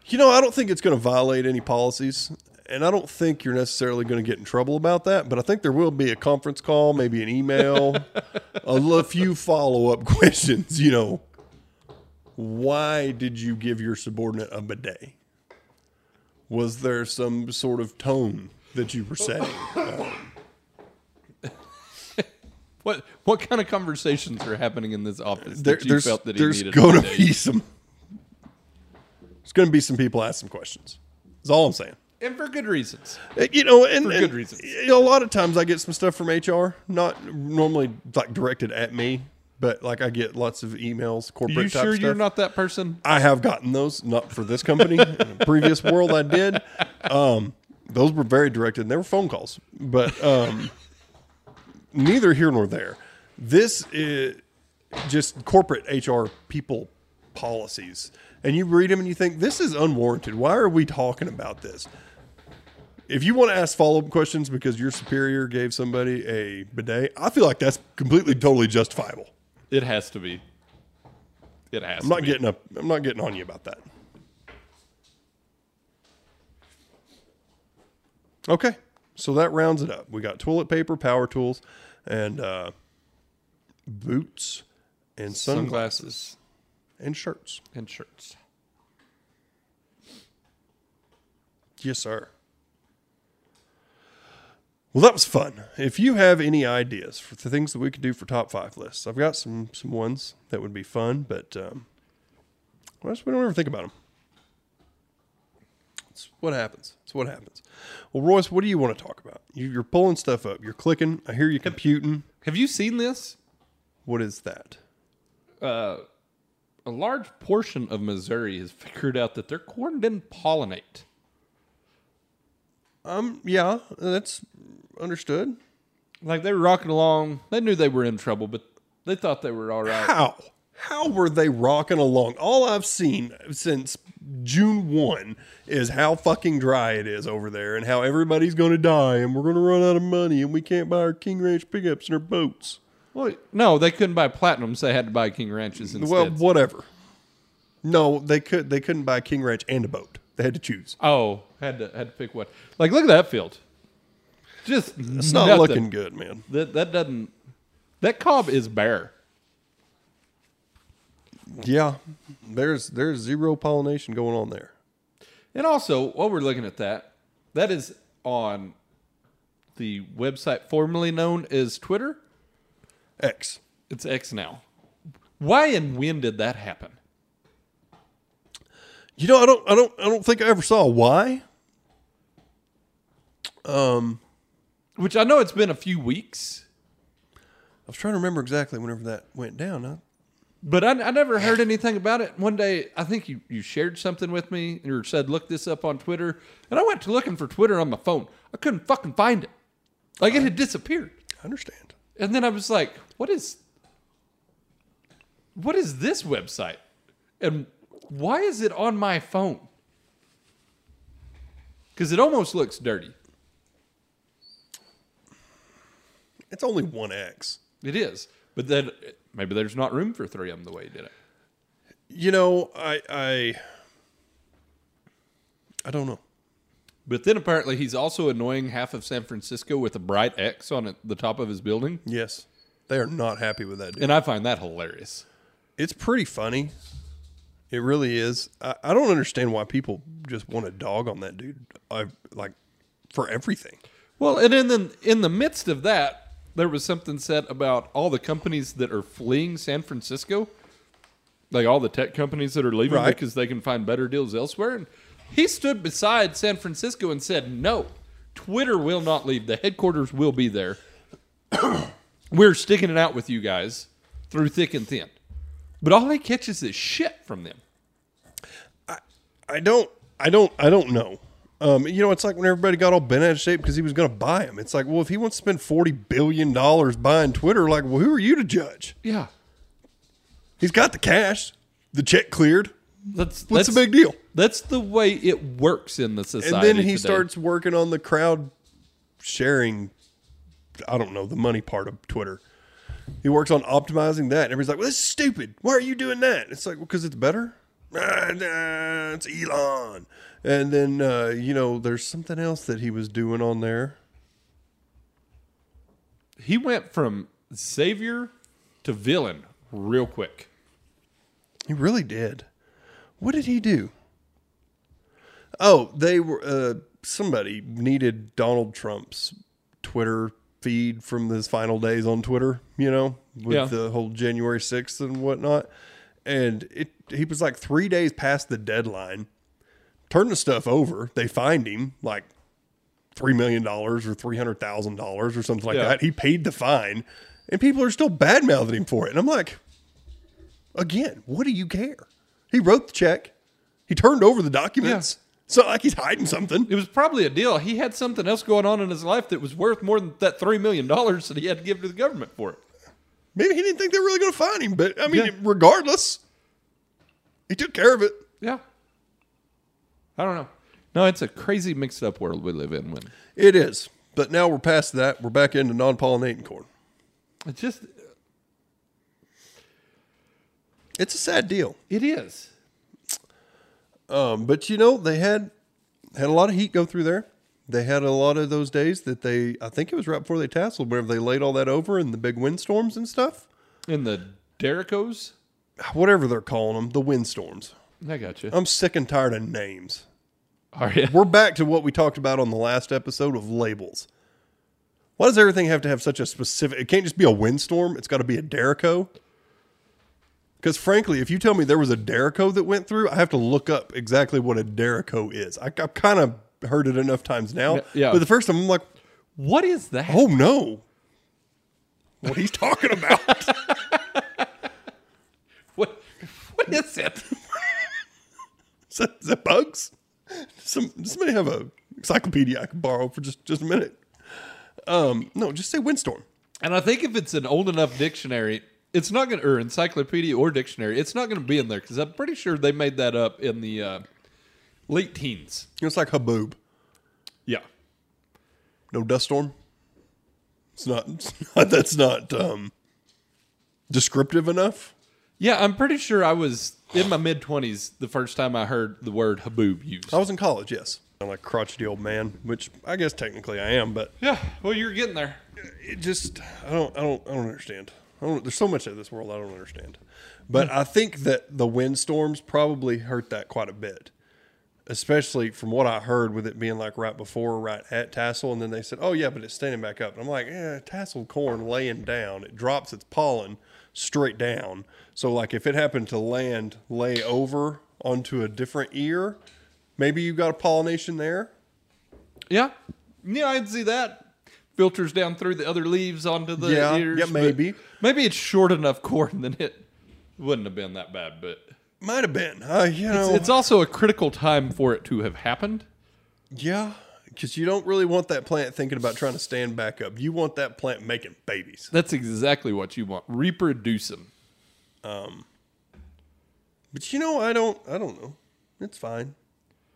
You know, I don't think it's going to violate any policies. and I don't think you're necessarily going to get in trouble about that, but I think there will be a conference call, maybe an email, a l- few follow up questions. You know, why did you give your subordinate a bidet? Was there some sort of tone that you were setting? What what kind of conversations are happening in this office There- that you felt that he there's needed? gonna a bidet? be some. There's going to be some people ask some questions. That's all I'm saying. and for good reasons. Uh, You know, and For and, good reasons. you know, a lot of times I get some stuff from HR, not normally like directed at me, but like I get lots of emails, Are corporate you type sure you're stuff. not that person? I have gotten those, not for this company. In a previous world, I did. Um, those were very directed. And they were phone calls, but um, neither here nor there. This is just corporate HR people policies, and you read them and you think this is unwarranted. Why are we talking about this? If you want to ask follow up questions because your superior gave somebody a bidet, I feel like that's completely totally justifiable. It has to be. It has. to I'm not be. getting up. I'm not getting on you about that. Okay, so that rounds it up. We got toilet paper, power tools, and uh, boots, and sunglasses, sunglasses and shirts. and shirts. Yes, sir. Well, that was fun. If you have any ideas for the things that we could do for top five lists, I've got some some ones that would be fun, but um, well, we don't ever think about them. It's what happens. It's what happens. Well, Royce, what do you want to talk about? You, you're pulling stuff up. You're clicking. I hear you computing. Have you seen this? What is that? A large portion of Missouri has figured out that their corn didn't pollinate. Um, yeah, that's understood. Like they were rocking along. They knew they were in trouble, but they thought they were all right. how how were they rocking along all i've seen since june 1 is how fucking dry it is over there and how everybody's going to die and we're going to run out of money and we can't buy our king ranch pickups and our boats Well, no, they couldn't buy platinums. They had to buy King Ranches instead. well whatever no they could they couldn't buy a king ranch and a boat they had to choose oh, had to had to pick one. Like look at that field. Just it's not nothing. looking good man That that doesn't. That cob is bare. yeah there's there's zero pollination going on there And also, while we're looking at that, that is on the website formerly known as Twitter. x It's X now. Why and when did that happen? You know, I don't, I don't, I don't think I ever saw why. Which I know it's been a few weeks, I was trying to remember exactly whenever that went down. I, but I, I never heard anything about it. One day, I think you, you shared something with me or said, look this up on Twitter. And I went to looking for Twitter on my phone. I couldn't fucking find it. Like it had disappeared. I understand. And then I was like, what is what is this website? And why is it on my phone? Cuz it almost looks dirty. It's only one X. It is. But then maybe there's not room for 3 on the way he did it. You know, I I I don't know. But then apparently he's also annoying half of San Francisco with a bright X on it- the top of his building, Yes. They are not happy with that dude. and I find that hilarious. It's pretty funny. It really is. I, I don't understand why people just want to dog on that dude I, like for everything. Well, and in the, in the midst of that, there was something said about all the companies that are fleeing San Francisco, like all the tech companies that are leaving Right. because they can find better deals elsewhere. And he stood beside San Francisco and said, "No, Twitter will not leave. The headquarters will be there. We're sticking it out with you guys through thick and thin." But all he catches is shit from them. I don't I don't I don't know. Um, you know, it's like when everybody got all bent out of shape because he was going to buy him. It's like, well, if he wants to spend forty billion dollars buying Twitter, like, well, who are you to judge? Yeah, He's got the cash, the check cleared. that's that's, What's the big deal? That's the way it works in the and society. then he today. starts working on the crowd sharing i don't know the money part of twitter he works on optimizing that and everybody's like well this is stupid why are you doing that it's like well because it's better "Ah, nah, it's Elon. And then, uh, you know, there's something else that he was doing on there. He went from savior to villain real quick. He really did. What did he do? Oh, they were uh, somebody needed Donald Trump's Twitter feed from his final days on Twitter. You know, with Yeah. the whole January sixth and whatnot. And it he was like three days past the deadline. Turned the stuff over. They find him like three million dollars or three hundred thousand dollars or something like Yeah. that. He paid the fine, and people are still bad mouthing him for it. And I'm like, again, what do you care? He wrote the check. He turned over the documents. It's not like he's hiding something. It was probably a deal. He had something else going on in his life that was worth more than that $3 million that he had to give to the government for it. Maybe he didn't think they were really going to find him, but I mean, Yeah. regardless, he took care of it. Yeah. I don't know. No, it's a crazy mixed up world we live in when It is. But now we're past that. We're back into non pollinating corn. it's just It's a sad deal. it is. Um, but you know, they had had a lot of heat go through there. They had a lot of those days that they, I think it was right before they tasseled, whenever they laid all that over and the big windstorms and stuff, In the Derricos? whatever they're calling them, the windstorms. I got you. I'm sick and tired of names. All right. We're back to what we talked about on the last episode of labels. Why does everything have to have such a specific? It can't just be a windstorm. It's got to be a Derrico. Because frankly, if you tell me there was a Derrico that went through, I have to look up exactly what a Derrico is. I, I've kind of heard it enough times now. Yeah. But the first time, I'm like, What is that? oh no, what he's talking about? What what is it? is, that, is that bugs? Some somebody have a encyclopedia I could borrow for just just a minute. Um, no, just say windstorm. And I think if it's an old enough dictionary, it's not going to, or encyclopedia or dictionary, it's not going to be in there because I'm pretty sure they made that up in the uh, late teens. You know, it's like Haboob. Yeah. No dust storm. It's not. It's not that's not um, descriptive enough. Yeah, I'm pretty sure I was in my mid 20s the first time I heard the word haboob used. I was in college. Yes, I'm like crotchety old man, which I guess technically I am, but Yeah, well, you're getting there. it just I don't I don't I don't understand. I don't, there's so much of this world I don't understand. But Hmm. I think that the windstorms probably hurt that quite a bit. Especially from what I heard with it being like right before, right at tassel, and then they said, "Oh yeah, but it's standing back up." And I'm like, "Yeah, tassel corn laying down, it drops its pollen straight down. So like if it happened to land lay over onto a different ear, maybe you got a pollination there, Yeah. Yeah, I'd see that. Filters down through the other leaves onto the Yeah, ears. yeah, but maybe. Maybe it's short enough corn that it wouldn't have been that bad, but might have been. Uh, you know, it's, it's also a critical time for it to have happened. Yeah, because you don't really want that plant thinking about trying to stand back up. You want that plant making babies. That's exactly what you want. Reproduce them. But you know, I don't. I don't know. It's fine.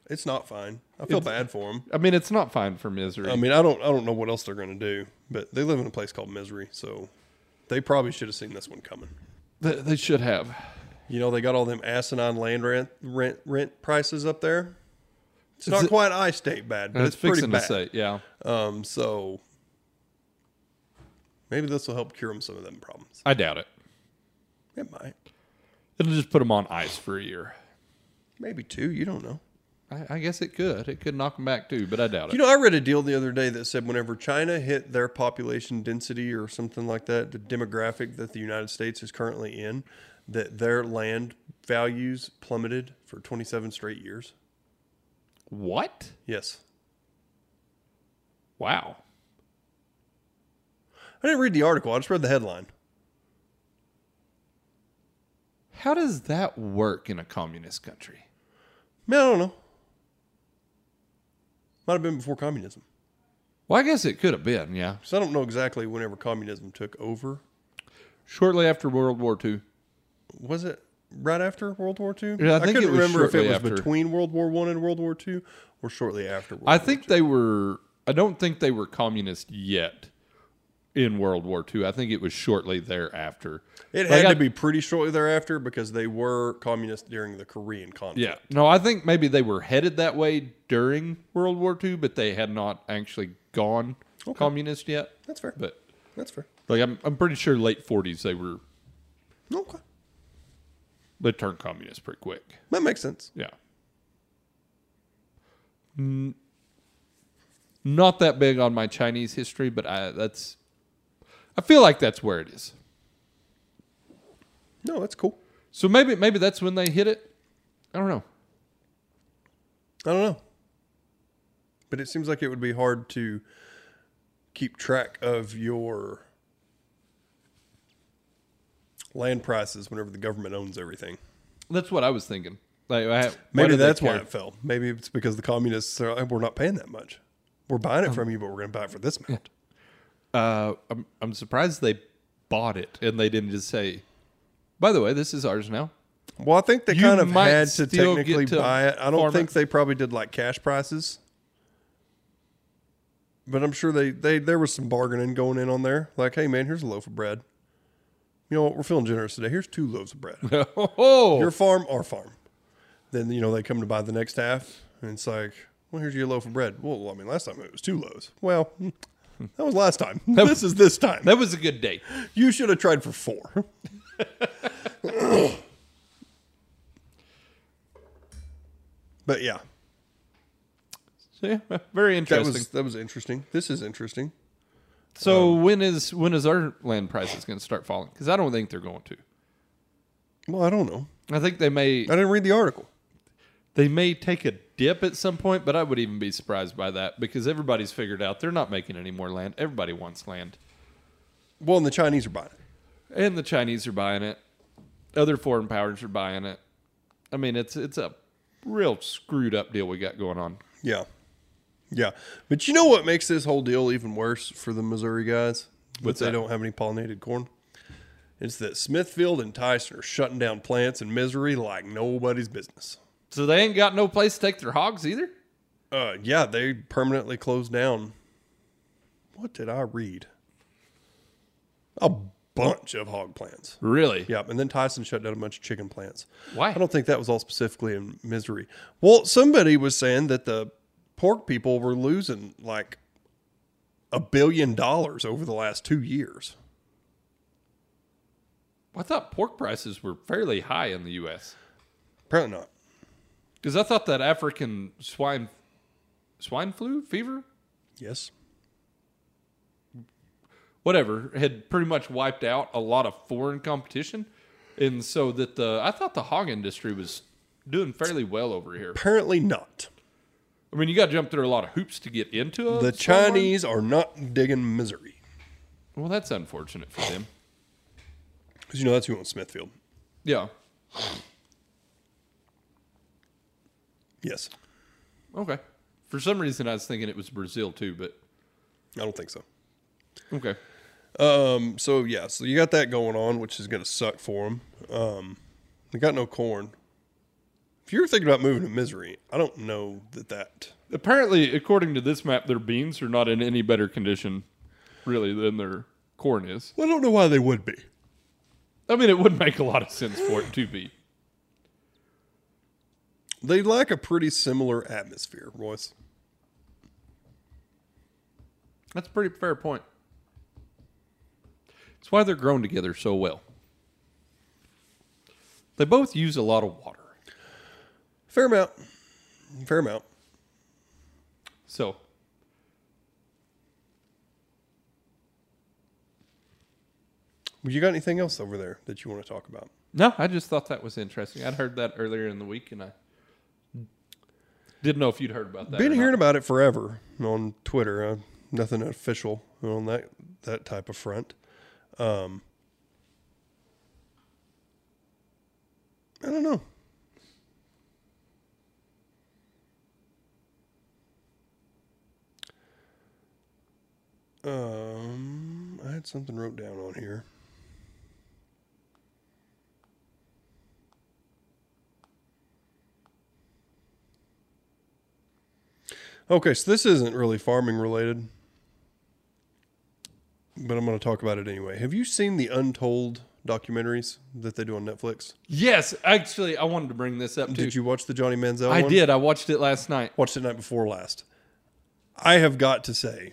It's not fine. I feel bad for them. I mean, it's not fine for misery. I mean, I don't. I don't know what else they're gonna do. But they live in a place called misery, so they probably should have seen this one coming. they, they should have. You know, they got all them asinine land rent rent rent prices up there. It's not it- quite I state bad, but That's it's pretty fixing to bad. say, yeah. Um, so maybe this will help cure them some of them problems. I doubt it. It might. It'll just put them on ice for a year. Maybe two. You don't know. I, I guess it could. It could knock them back too, but I doubt it. You know, I read a deal the other day that said whenever China hit their population density or something like that, the demographic that the United States is currently in, that their land values plummeted for 27 straight years. what? Yes. Wow. I didn't read the article, I just read the headline. How does that work in a communist country? Man, I don't know. Might have been before communism. Well, I guess it could have been, yeah. So I don't know exactly whenever communism took over. Shortly after World War II. Was it right after World War II? Yeah, I think couldn't it was remember if it shortly was after. between World War One and World War II or shortly after. World I War think they were. I don't think they were communist yet. in World War II. I think it was shortly thereafter. It Like, had I- to be pretty shortly thereafter because they were communist during the Korean conflict. Yeah. No, I think maybe they were headed that way during World War II, but they had not actually gone communist yet. That's fair. But That's fair. like I'm I'm pretty sure late 40s they were Okay. they turned communist pretty quick. That makes sense. Yeah. N- not that big on my Chinese history, but I that's I feel like that's where it is. No, that's cool. So maybe maybe that's when they hit it. I don't know. I don't know. But it seems like it would be hard to keep track of your land prices whenever the government owns everything. That's what I was thinking. Like, I, why Maybe do they that's why care? it fell. Maybe it's because the communists are, we're not paying that much. We're buying Um, it from you, but we're going to buy it for this amount. Uh, I'm I'm surprised they bought it and they didn't just say, "By the way, this is ours now." Well, I think they You kind of might had to still get technically to buy it. I don't farm think it. they probably did like cash prices, but I'm sure they, they there was some bargaining going in on there. Like, hey man, here's a loaf of bread. You know what? We're feeling generous today. Here's two loaves of bread. Oh, Your farm, our farm. Then you know they come to buy the next half, and it's like, well, here's your loaf of bread. Well, I mean, last time it was two loaves. Well, that was last time. this is this time. that was a good day. You should have tried for four. but yeah, So, yeah, uh, very that interesting. Um, was that was interesting. This is interesting. so when is when is our land prices going to start falling? Because I don't think they're going to. Well, I don't know. I think they may I didn't read the article. they may take a dip at some point, but I would even be surprised by that because everybody's figured out they're not making any more land. Everybody wants land, Well, and the Chinese are buying it. and the Chinese are buying it. Other foreign powers are buying it. I mean, it's it's a real screwed up deal we got going on. Yeah, yeah. But you know what makes this whole deal even worse for the Missouri guys? But What's they that? don't have any pollinated corn. It's that Smithfield and Tyson are shutting down plants in Missouri like nobody's business. So they ain't got no place to take their hogs either. Uh, yeah, they permanently closed down. What did I read? A bunch of hog plants. Really? Yeah, and then Tyson shut down a bunch of chicken plants. Why? I don't think that was all specifically in Missouri. Well, somebody was saying that the pork people were losing like a billion dollars over the last two years. I thought pork prices were fairly high in the U.S. Apparently not. because I thought that African swine swine flu fever, Yes. whatever, had pretty much wiped out a lot of foreign competition, and so that the I thought the hog industry was doing fairly well over here. Apparently not. I mean, you got to jump through a lot of hoops to get into a The swine line. Chinese are not digging Missouri. Well, that's unfortunate for them. Because you know that's who owns Smithfield. Yeah. Yes. Okay. For some reason, I was thinking it was Brazil too, but I don't think so. okay. Um, so yeah, so you got that going on, which is gonna suck for them. Um, they got no corn. If you're thinking about moving to Missouri, I don't know that that. Apparently, according to this map, their beans are not in any better condition, really, than their corn is. Well, I don't know why they would be. I mean, it would make a lot of sense for it to be. They lack a pretty similar atmosphere, Royce. That's a pretty fair point. It's why they're grown together so well. They both use a lot of water. Fair amount. Fair amount. So, Well, you got anything else over there that you want to talk about? no, I just thought that was interesting. I'd heard that earlier in the week, and I didn't know if you'd heard about that. Been or hearing not. about it forever on Twitter. Uh, nothing official on that that type of front. Um, I don't know. Um, I had something wrote down on here. Okay, so this isn't really farming related, but I'm going to talk about it anyway. Have you seen the Untold documentaries that they do on Netflix? Yes, actually, I wanted to bring this up too. Did you watch the Johnny Manziel? I one? did. I watched it last night. Watched it night before last. I have got to say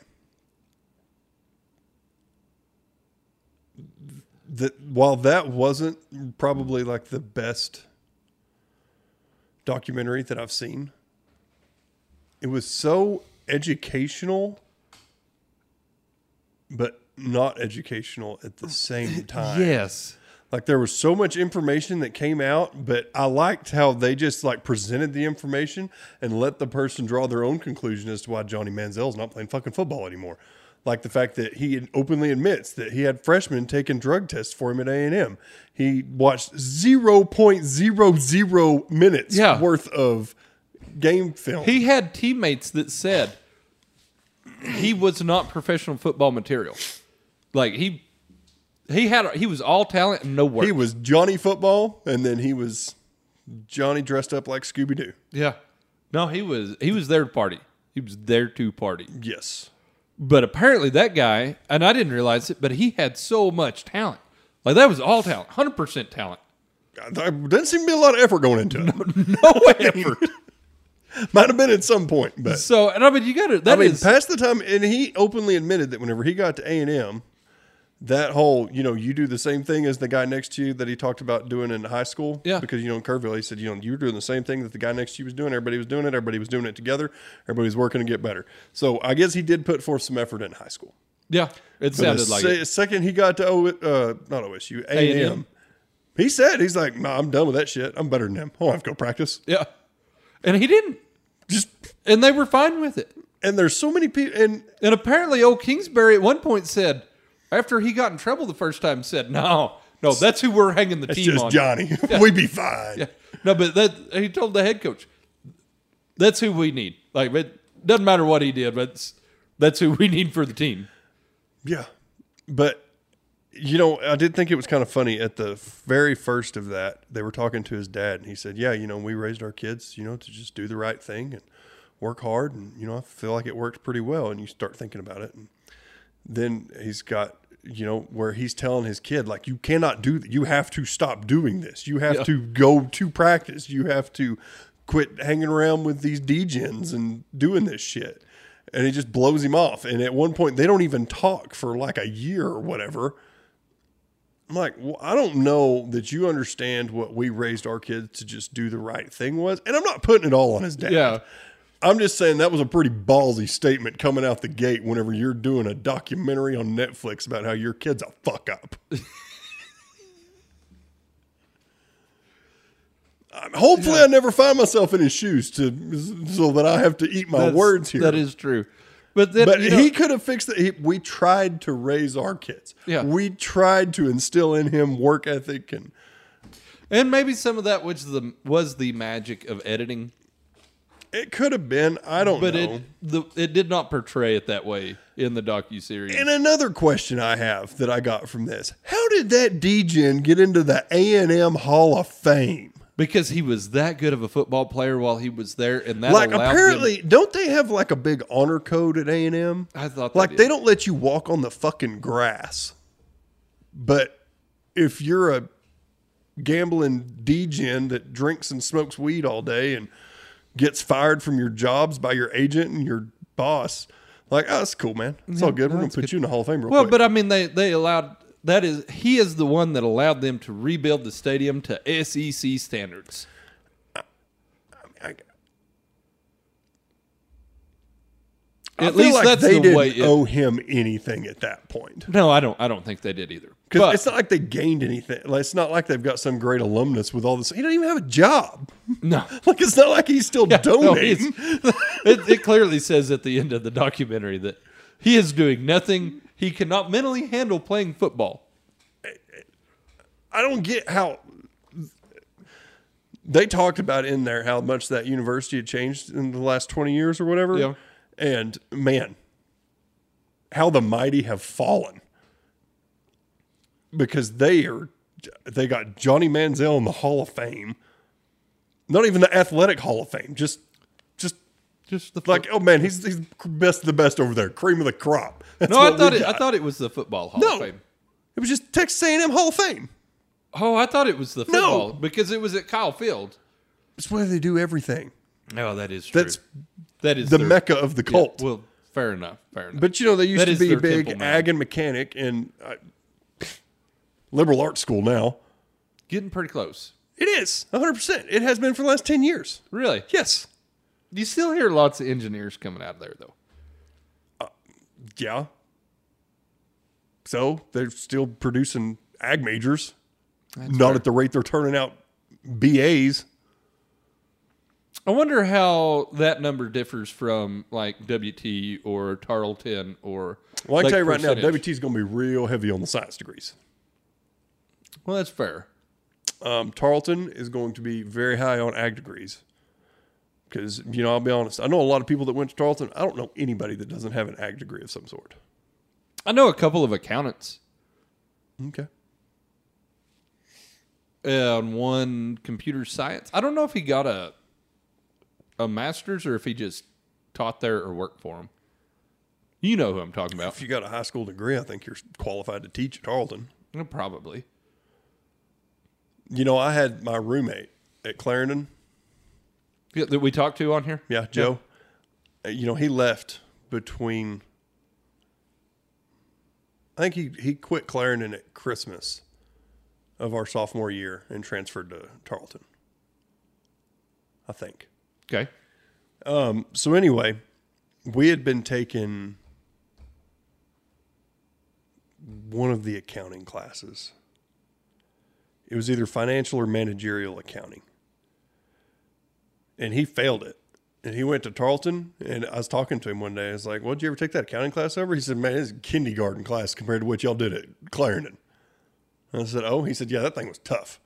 that while that wasn't probably like the best documentary that I've seen, it was so educational, but not educational at the same time. Yes. Like there was so much information that came out, but I liked how they just like presented the information and let the person draw their own conclusion as to why Johnny Manziel's not playing fucking football anymore. Like the fact that he openly admits that he had freshmen taking drug tests for him at A and M. He watched zero point zero zero minutes Yeah. worth of game film. He had teammates that said he was not professional football material. Like he he had he was all talent and no work. he was Johnny football, and then he was Johnny dressed up like Scooby Doo. yeah. No, he was he was there to party. He was there to party. Yes. But apparently that guy, and I didn't realize it, but he had so much talent. Like that was all talent, 100% talent. There doesn't seem to be a lot of effort going into it. No effort. Might have been at some point, but so, and I mean, you got to, I That mean, is past the time, and he openly admitted that whenever he got to A and M, that whole you know you do the same thing as the guy next to you that he talked about doing in high school, Yeah. Because you know in Kerrville, he said you know you were doing the same thing that the guy next to you was doing. Everybody was doing it. Everybody was doing it together. Everybody's working to get better. So I guess he did put forth some effort in high school. yeah, it But sounded the like se- it. second he got to o- uh, not OSU A and A&M. M, he said he's like, nah, I'm done with that shit. I'm better than him. I'll have to go practice. Yeah. And he didn't. Just And they were fine with it. and there's so many people and And apparently, old Kingsbury at one point said, after he got in trouble the first time, said, "No, no, that's who we're hanging the It's team just on." Johnny. We'd be fine. Yeah. No, but that he told the head coach, "That's who we need." Like, it doesn't matter what he did, but it's- that's who we need for the team. Yeah. But, you know, I did think it was kind of funny at the very first of that. They were talking to his dad, and he said, Yeah, you know, we raised our kids, you know, to just do the right thing and work hard. And, you know, I feel like it worked pretty well. And you start thinking about it. And then he's got, you know, where he's telling his kid, like, you cannot do that. You have to stop doing this. You have Yeah. to go to practice. You have to quit hanging around with these degens and doing this shit. And he just blows him off. And at one point, they don't even talk for like a year or whatever. I'm like, well, I don't know that you understand what we raised our kids to just do the right thing was. And I'm not putting it all on his dad. Yeah. I'm just saying that was a pretty ballsy statement coming out the gate whenever you're doing a documentary on Netflix about how your kid's a fuck up. I'm- Hopefully, I never find myself in his shoes to so that I have to eat my That's- words here. That is true. But then, but you know- he could have fixed that. He, we tried to raise our kids. Yeah. we tried to instill in him work ethic and and maybe some of that was the was the magic of editing, it could have been. I don't but know. it the it did not portray it that way in the docu series. And another question I have that I got from this: How did that DGen get into the A and M Hall of Fame? because he was that good of a football player while he was there, and that Like, allowed him- apparently, don't they have like a big honor code at A and M? I thought they like did. they don't let you walk on the fucking grass, but if you're a gambling DGen that drinks and smokes weed all day and gets fired from your jobs by your agent and your boss. Like, oh, that's cool, man. It's all good. We're gonna put you in the Hall of Fame real well, quick. but I mean, they they allowed that is he is the one that allowed them to rebuild the stadium to SEC standards. I- I At feel least like that's they the didn't way. It, owe him anything at that point. no, I don't. I don't think they did either. Because But it's not like they gained anything. Like, it's not like they've got some great alumnus with all this. He doesn't even have a job. no, Like it's not like he's still No, donating. he's- it, it clearly says at the end of the documentary that he is doing nothing. He cannot mentally handle playing football. I don't get how they talked about in there how much that university had changed in the last twenty years or whatever. Yeah. And man, how the mighty have fallen because they are they got Johnny Manziel in the Hall of Fame. Not even the Athletic Hall of Fame, just just Just the Like, oh man, he's he's best of the best over there, cream of the crop. That's no, I what thought we it, I got. thought it was the football Hall No. of Fame. it was just Texas A&M Hall of Fame. Oh, I thought it was the football because it was at Kyle Field. It's where they do everything. No, that is true. That's that is the their- mecca of the yeah, cult. well, fair enough. Fair enough. But you know, they used That to is be their big temple, man. ag and mechanic and uh, liberal arts school now. getting pretty close. It is 100%. It has been for the last 10 years. Really? Yes. You still hear lots of engineers coming out of there, though. Yeah. So they're still producing ag majors, not at the rate they're turning out BAs. I wonder how that number differs from like WT or Tarleton or. Well, I can like, tell you right percentage. now, WT is going to be real heavy on the science degrees. Well, that's fair. Um, Tarleton is going to be very high on ag degrees. Because, you know, I'll be honest, I know a lot of people that went to Tarleton. I don't know anybody that doesn't have an ag degree of some sort. I know a couple of accountants Okay. and uh, one computer science. I don't know if he got a a master's or if he just taught there or worked for him. You know who I'm talking about. If you got a high school degree, I think you're qualified to teach at Tarleton. Probably. You know, I had my roommate at Clarendon. Yeah, that we talked to on here? Yeah, Joe. Uh, You know, he left between. I think he, he quit Clarendon at Christmas of our sophomore year and transferred to Tarleton. I think. Okay. So, anyway, we had been taking one of the accounting classes. It was either financial or managerial accounting. And he failed it. And he went to Tarleton. And I was talking to him one day. I was like, Well, did you ever take that accounting class over? He said, Man, it's a kindergarten class compared to what y'all did at Clarendon. And I said, Oh, he said, Yeah, that thing was tough.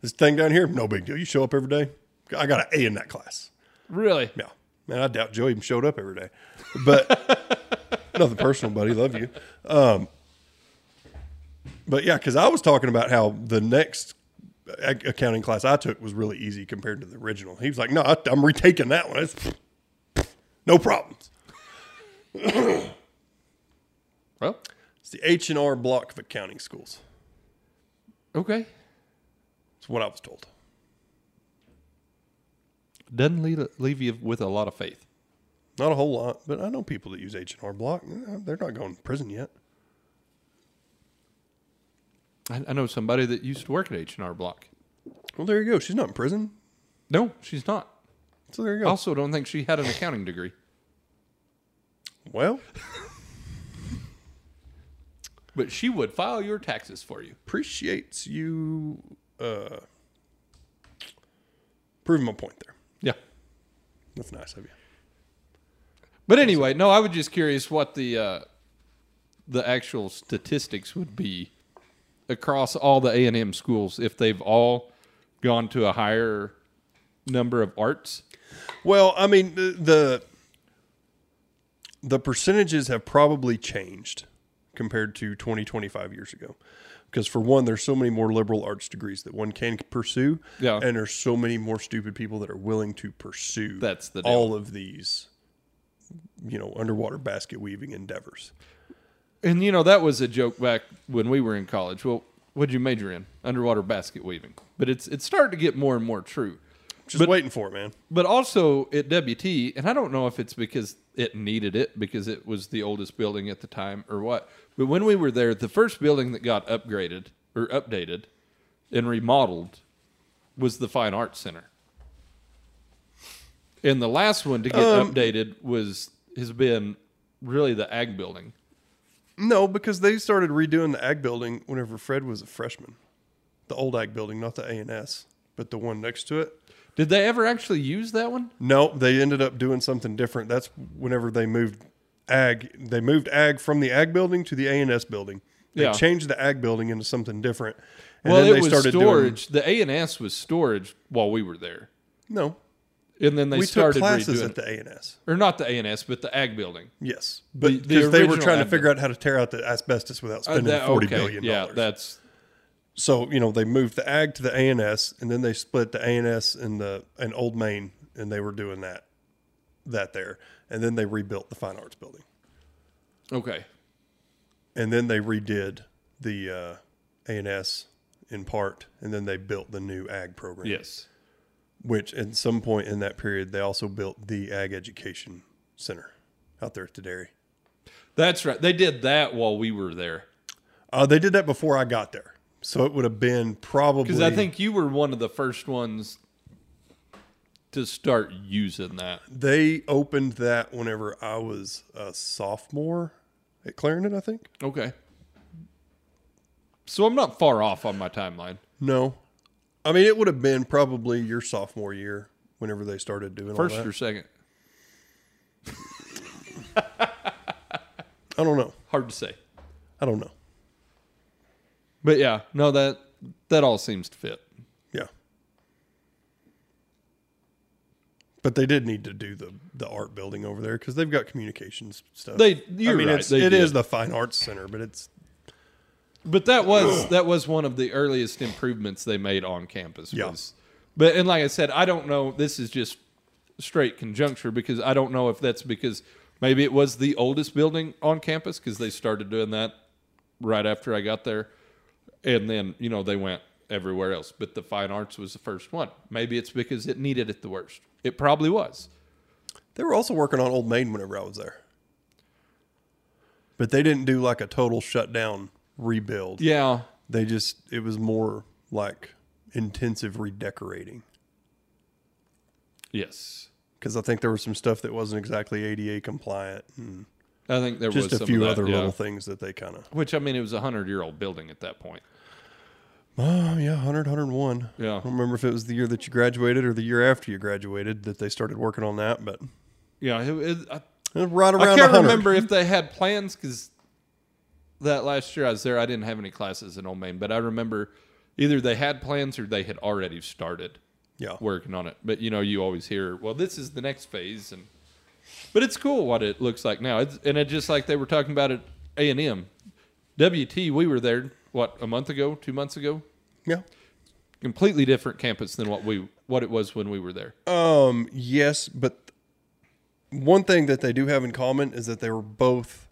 This thing down here, no big deal. You show up every day. I got an A in that class. Really? Yeah. Man, I doubt Joe even showed up every day. But nothing personal, buddy. Love you. Um, but yeah, because I was talking about how the next ac- accounting class I took was really easy compared to the original. He was like, no, I, I'm retaking that one. It's no problems. Well, It's the H&R block of accounting schools. okay. That's what I was told. Doesn't leave, leave you with a lot of faith. Not a whole lot, but I know people that use H&R block. They're not going to prison yet. I, I know somebody that used to work at H&R Block. Well, there you go. She's not in prison. No, she's not. So there you go. Also, don't think she had an accounting degree. Well, But she would file your taxes for you. appreciates you uh proving my point there. Yeah. That's nice of you. But anyway, no, I was just curious what the uh, the actual statistics would be across all the A and M schools if they've all gone to a higher number of arts. Well, I mean the the, the percentages have probably changed compared to 20 25 years ago. Because for one, there's so many more liberal arts degrees that one can pursue, Yeah. and there's so many more stupid people that are willing to pursue That's the deal. all of these, you know, underwater basket weaving endeavors. And you know that was a joke back when we were in college. Well, what'd you major in? Underwater basket weaving. But it's it's starting to get more and more true. Just waiting for it, man. But also at WT, and I don't know if it's because it needed it because it was the oldest building at the time or what. But when we were there, the first building that got upgraded or updated and remodeled was the Fine Arts Center. And the last one to get updated was has been really the Ag building. No, because they started redoing the ag building whenever Fred was a freshman. The old ag building, not the A and S, but the one next to it. Did they ever actually use that one? No, they ended up doing something different. That's whenever they moved ag. They moved ag from the ag building to the A and S building. They Yeah. changed the ag building into something different. And well, then it they was started doing- storage. the A and S was storage while we were there, no, and then they we took started classes redoing at it. the A and S. or not the A and S, but the Ag building. Yes, but The- the because they were original trying to ag Uh, figure out how to tear out the asbestos without spending that- forty okay, billion Yeah, dollars. that's so you know they moved the ag to the ANS, and then they split the ANS and the and Old Main, and they were doing that that there, and then they rebuilt the Fine Arts Building, Okay. and then they redid the uh, A&S in part, and then they built the new ag program. Yes. which at some point in that period they also built the ag education center out there at the dairy That's right. They did that while we were there. uh, they did that before i got there so it would have been probably Because I think you were one of the first ones to start using that. they opened that whenever i was a sophomore at clarendon i think Okay. So I'm not far off on my timeline. no i mean it would have been probably your sophomore year whenever they started doing First all that. or second? i don't know Hard to say. i don't know But yeah, no, that that all seems to fit. yeah but they did need to do the, the art building over there because they've got communications stuff. They, you're I mean, right. it's, they it did. is the Fine Arts Center, but it's But that was that was one of the earliest improvements they made on campus. Yeah. Was, but and like I said, I don't know. This is just straight conjuncture because I don't know if that's because maybe it was the oldest building on campus because they started doing that right after I got there, and then you know they went everywhere else. But the fine arts was the first one. Maybe it's because it needed it the worst. It probably was. they were also working on Old Main whenever I was there, but they didn't do like a total shutdown rebuild. Yeah. they just it was more like intensive redecorating Yes. because I think there was some stuff that wasn't exactly ADA compliant, and I think there just was a some few of that, other yeah. little things that they kind of Which I mean, it was a hundred year old building at that point. oh yeah 100 101 Yeah. I don't remember if it was the year that you graduated or the year after you graduated that they started working on that, but Yeah. It, it, I, it was right around I can't 100. remember if they had plans because that last year I was there, I didn't have any classes in Old Main, but I remember either they had plans or they had already started yeah working on it. But you know, you always hear, "Well, this is the next phase," and but it's cool what it looks like now. It's, and it just like they were talking about at A and M, WT. We were there what a month ago, two months ago. yeah. Completely different campus than what we what it was when we were there. Um, yes, but one thing that they do have in common is that they were both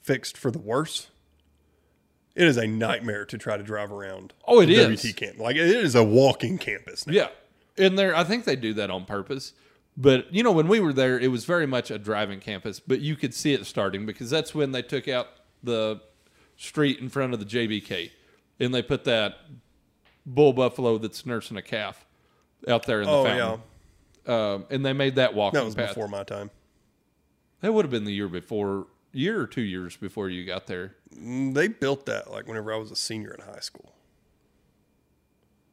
fixed for the worse. It is a nightmare to try to drive around. Oh, it it is is. WT camp. Like it is a walking campus. Now. Yeah. And there I think they do that on purpose. But you know, when we were there, it was very much a driving campus, but you could see it starting because that's when they took out the street in front of the JBK and they put that bull buffalo that's nursing a calf out there in the Oh yeah, fountain. Um, and they made that walking that was path. before my time. That would have been the year before, year or two years before you got there. They built that like whenever I was a senior in high school.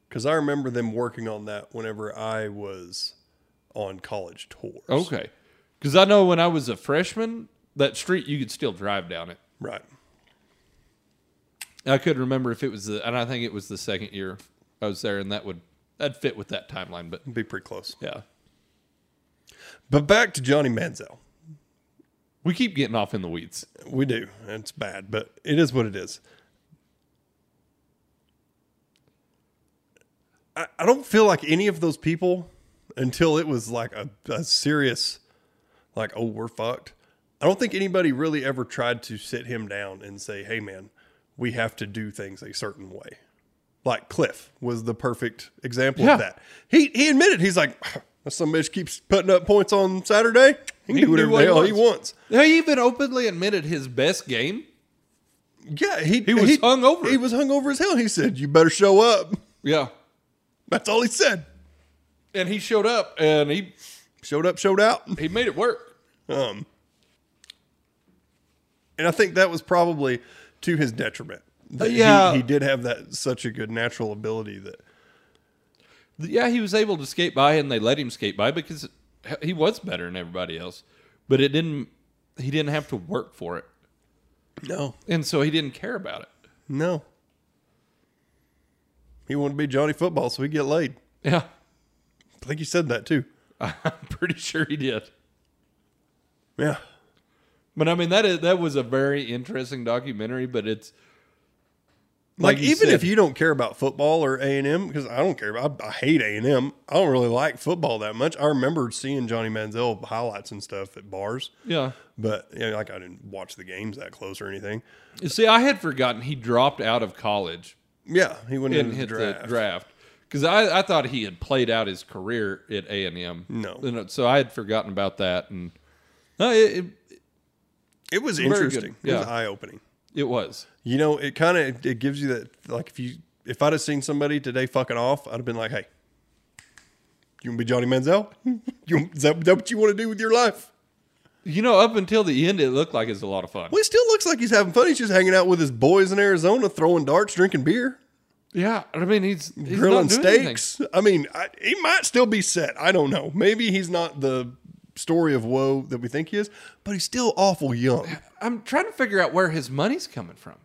Because I remember them working on that whenever I was on college tours. Okay. Because I know when I was a freshman, that street you could still drive down it. right. I couldn't remember if it was the, and I think it was the second year I was there, and that would that fit with that timeline. But Be pretty close. yeah, But back to Johnny Manziel. we keep getting off in the weeds. We do. and It's bad, but it is what it is. I, I don't feel like any of those people until it was like a, a serious, like, oh, we're fucked. I don't think anybody really ever tried to sit him down and say, hey, man, we have to do things a certain way. Like Cliff was the perfect example Yeah. of that. He he admitted he's like, some bitch keeps putting up points on Saturday. He can do whatever the hell he wants. He even openly admitted his best game. Yeah, he was hungover. He was hungover as hell. He said, "You better show up." Yeah, That's all he said. and he showed up, and he Showed up, showed out. he made it work. Um, and I think that was probably to his detriment. That he- yeah. he, did have that such a good natural ability that Yeah, he was able to skate by, and they let him skate by because he was better than everybody else. But it didn't. He didn't have to work for it, no, and so he didn't care about it. no. He wanted to be Johnny Football, so he'd get laid. Yeah, I think he said that too. I'm pretty sure he did. Yeah, But I mean that is that was a very interesting documentary, but it's Like, Like you even said. if you don't care about football or A and M, because I don't care. about I, I hate A and M. I don't really like football that much. I remember seeing Johnny Manziel highlights and stuff at bars, Yeah. but yeah, like I didn't watch the games that close or anything. You See, I had forgotten he dropped out of college Yeah, he went and into the hit draft. the draft because I, I thought he had played out his career at A and M. No. so I had forgotten about that, and no, it, it, It was good. interesting. It was Yeah. eye opening. it was. You know, it kind of it gives you that like if you if I'd have seen somebody today fucking off, I'd have been like, hey, you gonna be Johnny Manziel? you is that, that what you want to do with your life? You know, up until the end, it looked like it's a lot of fun. Well, he still looks like he's having fun. He's just hanging out with his boys in Arizona, throwing darts, drinking beer, Yeah, I mean, he's, he's grilling not doing anything. steaks. I mean, I, he might still be set. I don't know. Maybe he's not the story of woe that we think he is, but he's still awful young. I'm trying to figure out where his money's coming from.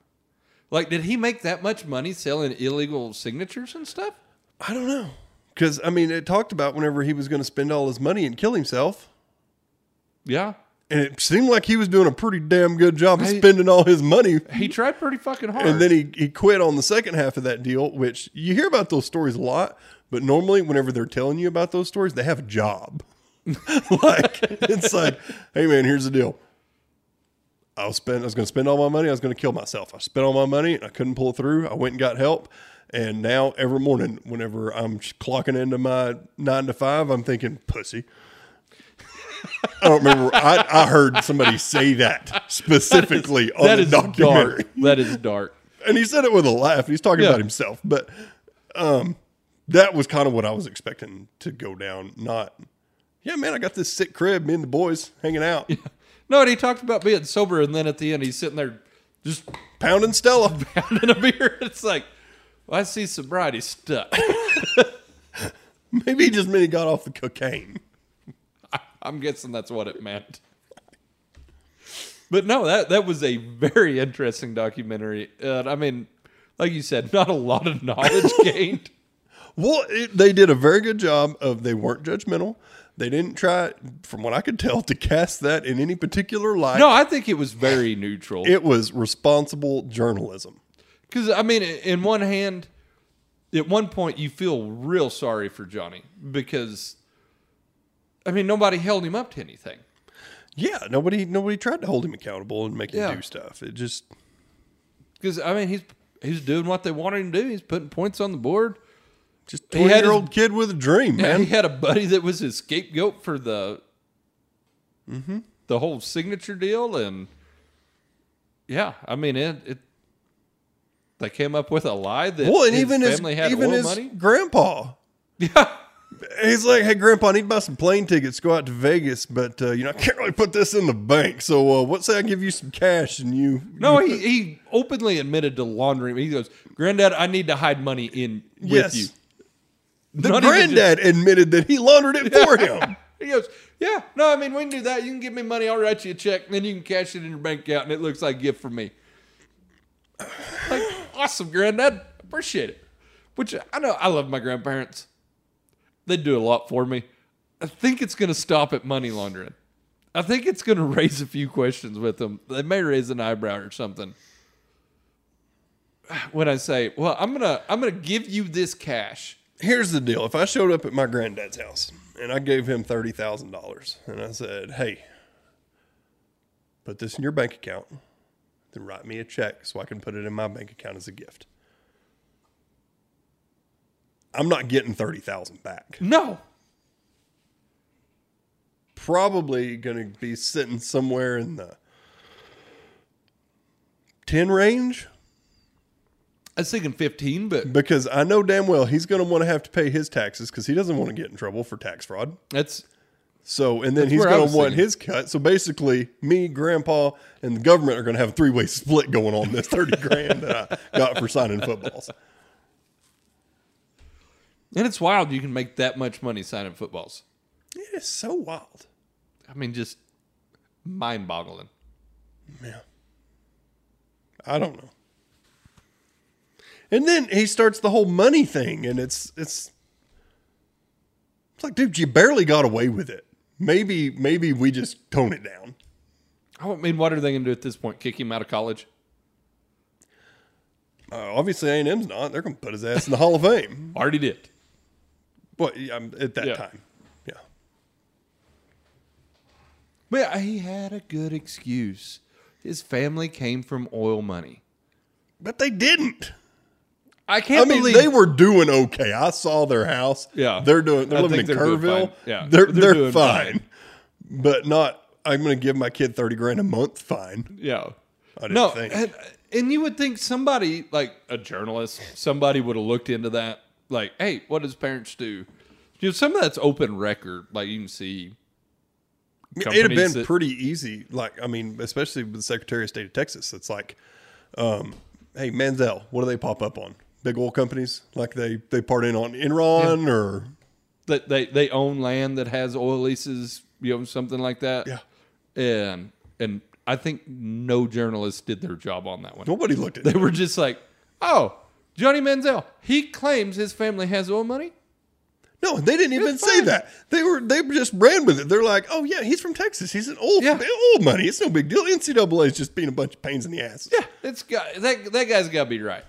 Like, did he make that much money selling illegal signatures and stuff? I don't know. Because, I mean, it talked about whenever he was going to spend all his money and kill himself. Yeah, And it seemed like he was doing a pretty damn good job of I- spending all his money. he tried pretty fucking hard. Mm-hmm. And then he, he quit on the second half of that deal, which you hear about those stories a lot, but normally whenever they're telling you about those stories, they have a job. like it's like, hey man, here's the deal. I was spend I was gonna spend all my money, I was gonna kill myself. I spent all my money and I couldn't pull through. I went and got help. And now every morning, whenever I'm sh- clocking into my nine to five, I'm thinking, pussy. I don't remember. I, I heard somebody say that specifically on that the is documentary dark. That is dark. and he said it with a laugh. He's talking Yeah. about himself, but um, that was kind of what I was expecting to go down. Not, yeah, man, I got this sick crib, me and the boys hanging out, No, and he talked about being sober, and then at the end, he's sitting there just pounding Stella. pounding a beer. It's like, well, I see sobriety stuck. Maybe he just meant he got off the cocaine. I'm guessing that's what it meant. But no, that that was a very interesting documentary. Uh, I mean, like you said, not a lot of knowledge gained. Well, it, they did a very good job of they weren't judgmental. They didn't try, from what I could tell, to cast that in any particular light. No, I think it was very neutral. It was responsible journalism. Because I mean, in one hand, at one point you feel real sorry for Johnny because, I mean, nobody held him up to anything. Yeah, nobody nobody tried to hold him accountable and make him Yeah. do stuff. It just Because I mean, he's he's doing what they wanted him to do. He's putting points on the board. just He had twenty his- year old kid with a dream, man. And he had a buddy that was his scapegoat for the Mm-hmm. the whole signature deal, and yeah, I mean, it, it they came up with a lie that Well, and his even his family had even oil his money. grandpa. Yeah. He's like, "Hey, grandpa, I need to buy some plane tickets, to go out to Vegas, but uh, you know I can't really put this in the bank. So uh, what say I give you some cash and you?" No, he, he openly admitted to laundering. He goes, "Granddad, I need to hide money in with Yes. you." the Not even granddad admitted that he laundered it for him. He goes, "Yeah, no, I mean we can do that. You can give me money, I'll write you a check, and then you can cash it in your bank account, and it looks like a gift from me." Like, awesome, granddad, appreciate it. Which I know I love my grandparents. They do a lot for me. I think it's going to stop at money laundering. I think it's going to raise a few questions with them. They may raise an eyebrow or something. When I say, "Well, I'm gonna, I'm gonna give you this cash," Here's the deal: if I showed up at my granddad's house and I gave him thirty thousand dollars and I said, "Hey, put this in your bank account, then write me a check so I can put it in my bank account as a gift," I'm not getting thirty thousand back. no, probably going to be sitting somewhere in the 10 range I was thinking 15, but because I know damn well he's going to want to have to pay his taxes because he doesn't want to get in trouble for tax fraud. that's So, and then he's where I going was to want thinking. his cut. So basically, me, grandpa, and the government are going to have a three way split going on this 30 grand that I got for signing footballs. And it's wild you can make that much money signing footballs. It is so wild. I mean, just mind boggling. I don't know. And then he starts the whole money thing, and it's it's it's like, dude, you barely got away with it. Maybe maybe we just tone it down. I don't mean, what are they going to do at this point? Kick him out of college? Uh, obviously, A and M's not. They're going to put his ass in the Hall of Fame. Already did. But yeah, I'm- at that Yeah. time, yeah. But yeah, he had a good excuse. His family came from oil money. But they didn't. I I can't mean, believe they were doing okay. I saw their house. Yeah. they're doing. They're I living in think they're doing Kerrville. fine. Yeah. they're They're they're, doing fine. fine. but not. I'm going to give my kid thirty grand a month. Fine. Yeah. didn't no, think. And, and you would think somebody like a journalist, somebody would have looked into that. Like, hey, what does parents do? You know, some of that's open record. Like you can see. It'd have companies been that- pretty easy. Like I mean, especially with the Secretary of State of Texas, it's like, um, hey Manziel, what do they pop up on? Big oil companies like they they part in on Enron or that they they own land that has oil leases, you know, something like that. Yeah. And and I think no journalist did their job on that one. nobody looked at. They it. were just like, "Oh, Johnny Manziel, he claims his family has oil money." No, they didn't even It's say fine. that. They were they just ran with it. They're like, oh yeah, he's from Texas. He's an old Yeah. old money. It's no big deal. NCAA is just being a bunch of pains in the ass. Yeah, it's got that that guy's got to be right.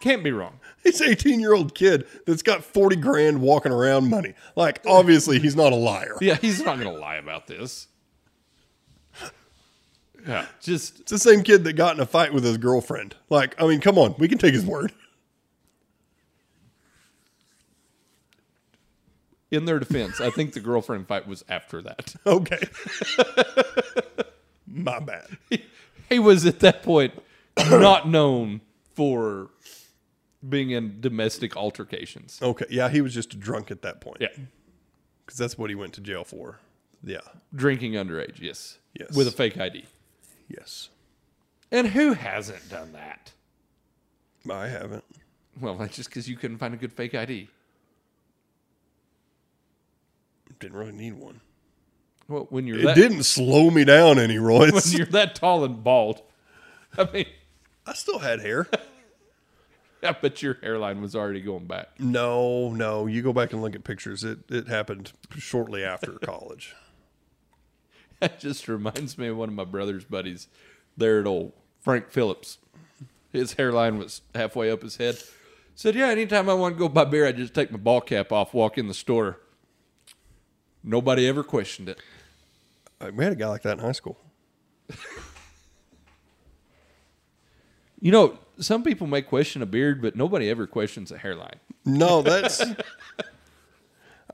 Can't be wrong. He's an 18 year old kid that's got 40 grand walking around money. Like obviously he's not a liar. Yeah, he's not going to lie about this. Yeah, just It's the same kid that got in a fight with his girlfriend. Like I mean, come on, we can take his word. in their defense, I think the girlfriend fight was after that. Okay. My bad. He was at that point not known for being in domestic altercations. Okay. Yeah, he was just drunk at that point. Yeah, Because that's what he went to jail for. Yeah. drinking underage. Yes. Yes. With a fake ID. Yes. And who hasn't done that? I haven't. Well, that's just because you couldn't find a good fake ID. Didn't really need one. Well, when you're It that, didn't slow me down any, when Royce. you're that tall and bald, I mean, I still had hair. I bet your hairline was already going back. no, no. You go back and look at pictures. It it happened shortly after college. That just reminds me of one of my brother's buddies there at old Frank Phillips. His hairline was halfway up his head. Said, Yeah, anytime I want to go buy beer, I just take my ball cap off, walk in the store. Nobody ever questioned it. Uh, We had a guy like that in high school. You know, some people may question a beard, but nobody ever questions a hairline. No, that's.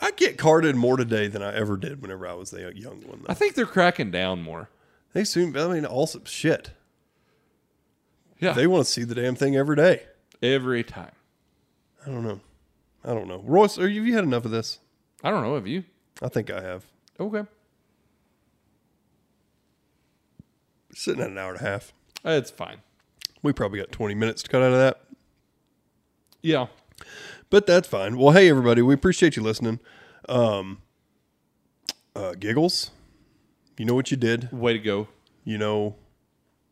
I get carded more today than I ever did whenever I was the young one. I Though. think they're cracking down more. They soon. I mean, also shit. Yeah. They want to see the damn thing every day. every time. I don't know. I don't know. Royce, are you, have you had enough of this? I don't know, have you? I think I have. Okay. Sitting at an hour and a half. Uh, It's fine. We probably got 20 minutes to cut out of that. Yeah. But that's fine. Well, hey everybody, we appreciate you listening. Um, uh, giggles, you know what you did. Way to go. You know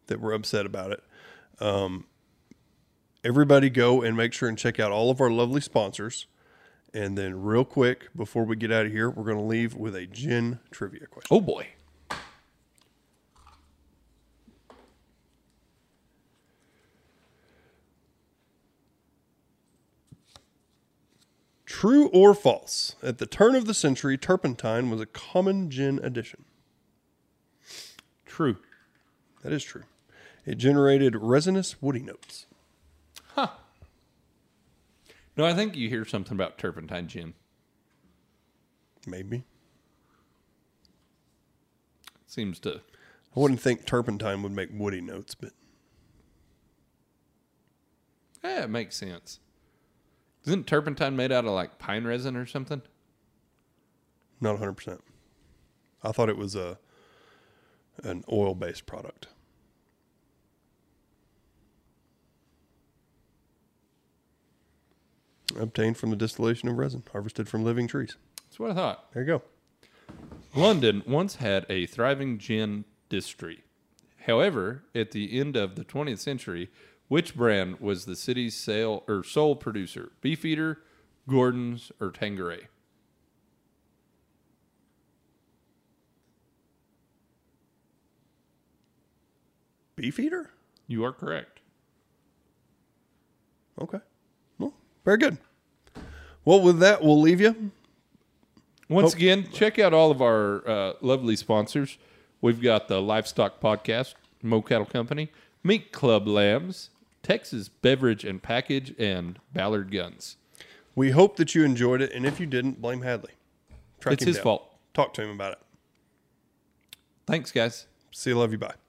that we're upset about it. Um, everybody, go and make sure and check out all of our lovely sponsors. And then, real quick, before we get out of here, we're going to leave with a gin trivia question. Oh, boy. True or false? At the turn of the century, turpentine was a common gin addition. True. That is true. It generated resinous woody notes. No, I think you hear something about turpentine gin. Maybe. Seems to. I wouldn't think turpentine would make woody notes, but Yeah, eh, it makes sense. Isn't turpentine made out of like pine resin or something? not 100%. I thought it was a an oil-based product. Obtained from the distillation of resin, harvested from living trees. That's what I thought. There you go. London once had a thriving gin distillery. However, at the end of the 20th century, which brand was the city's sale or sole producer? Beefeater, Gordon's, or Tanqueray? Beefeater? You are correct. Okay. Well, very good. Well, with that, we'll leave you. Once again, check out all of our uh, lovely sponsors. We've got the Livestock Podcast, Mo Cattle Company, Meat Club Lambs, Texas Beverage and Package, and Ballard Guns. We hope that you enjoyed it, and if you didn't, blame Hadley. Track It's him his fault. Talk to him about it. Thanks, guys. See you. Love you. Bye.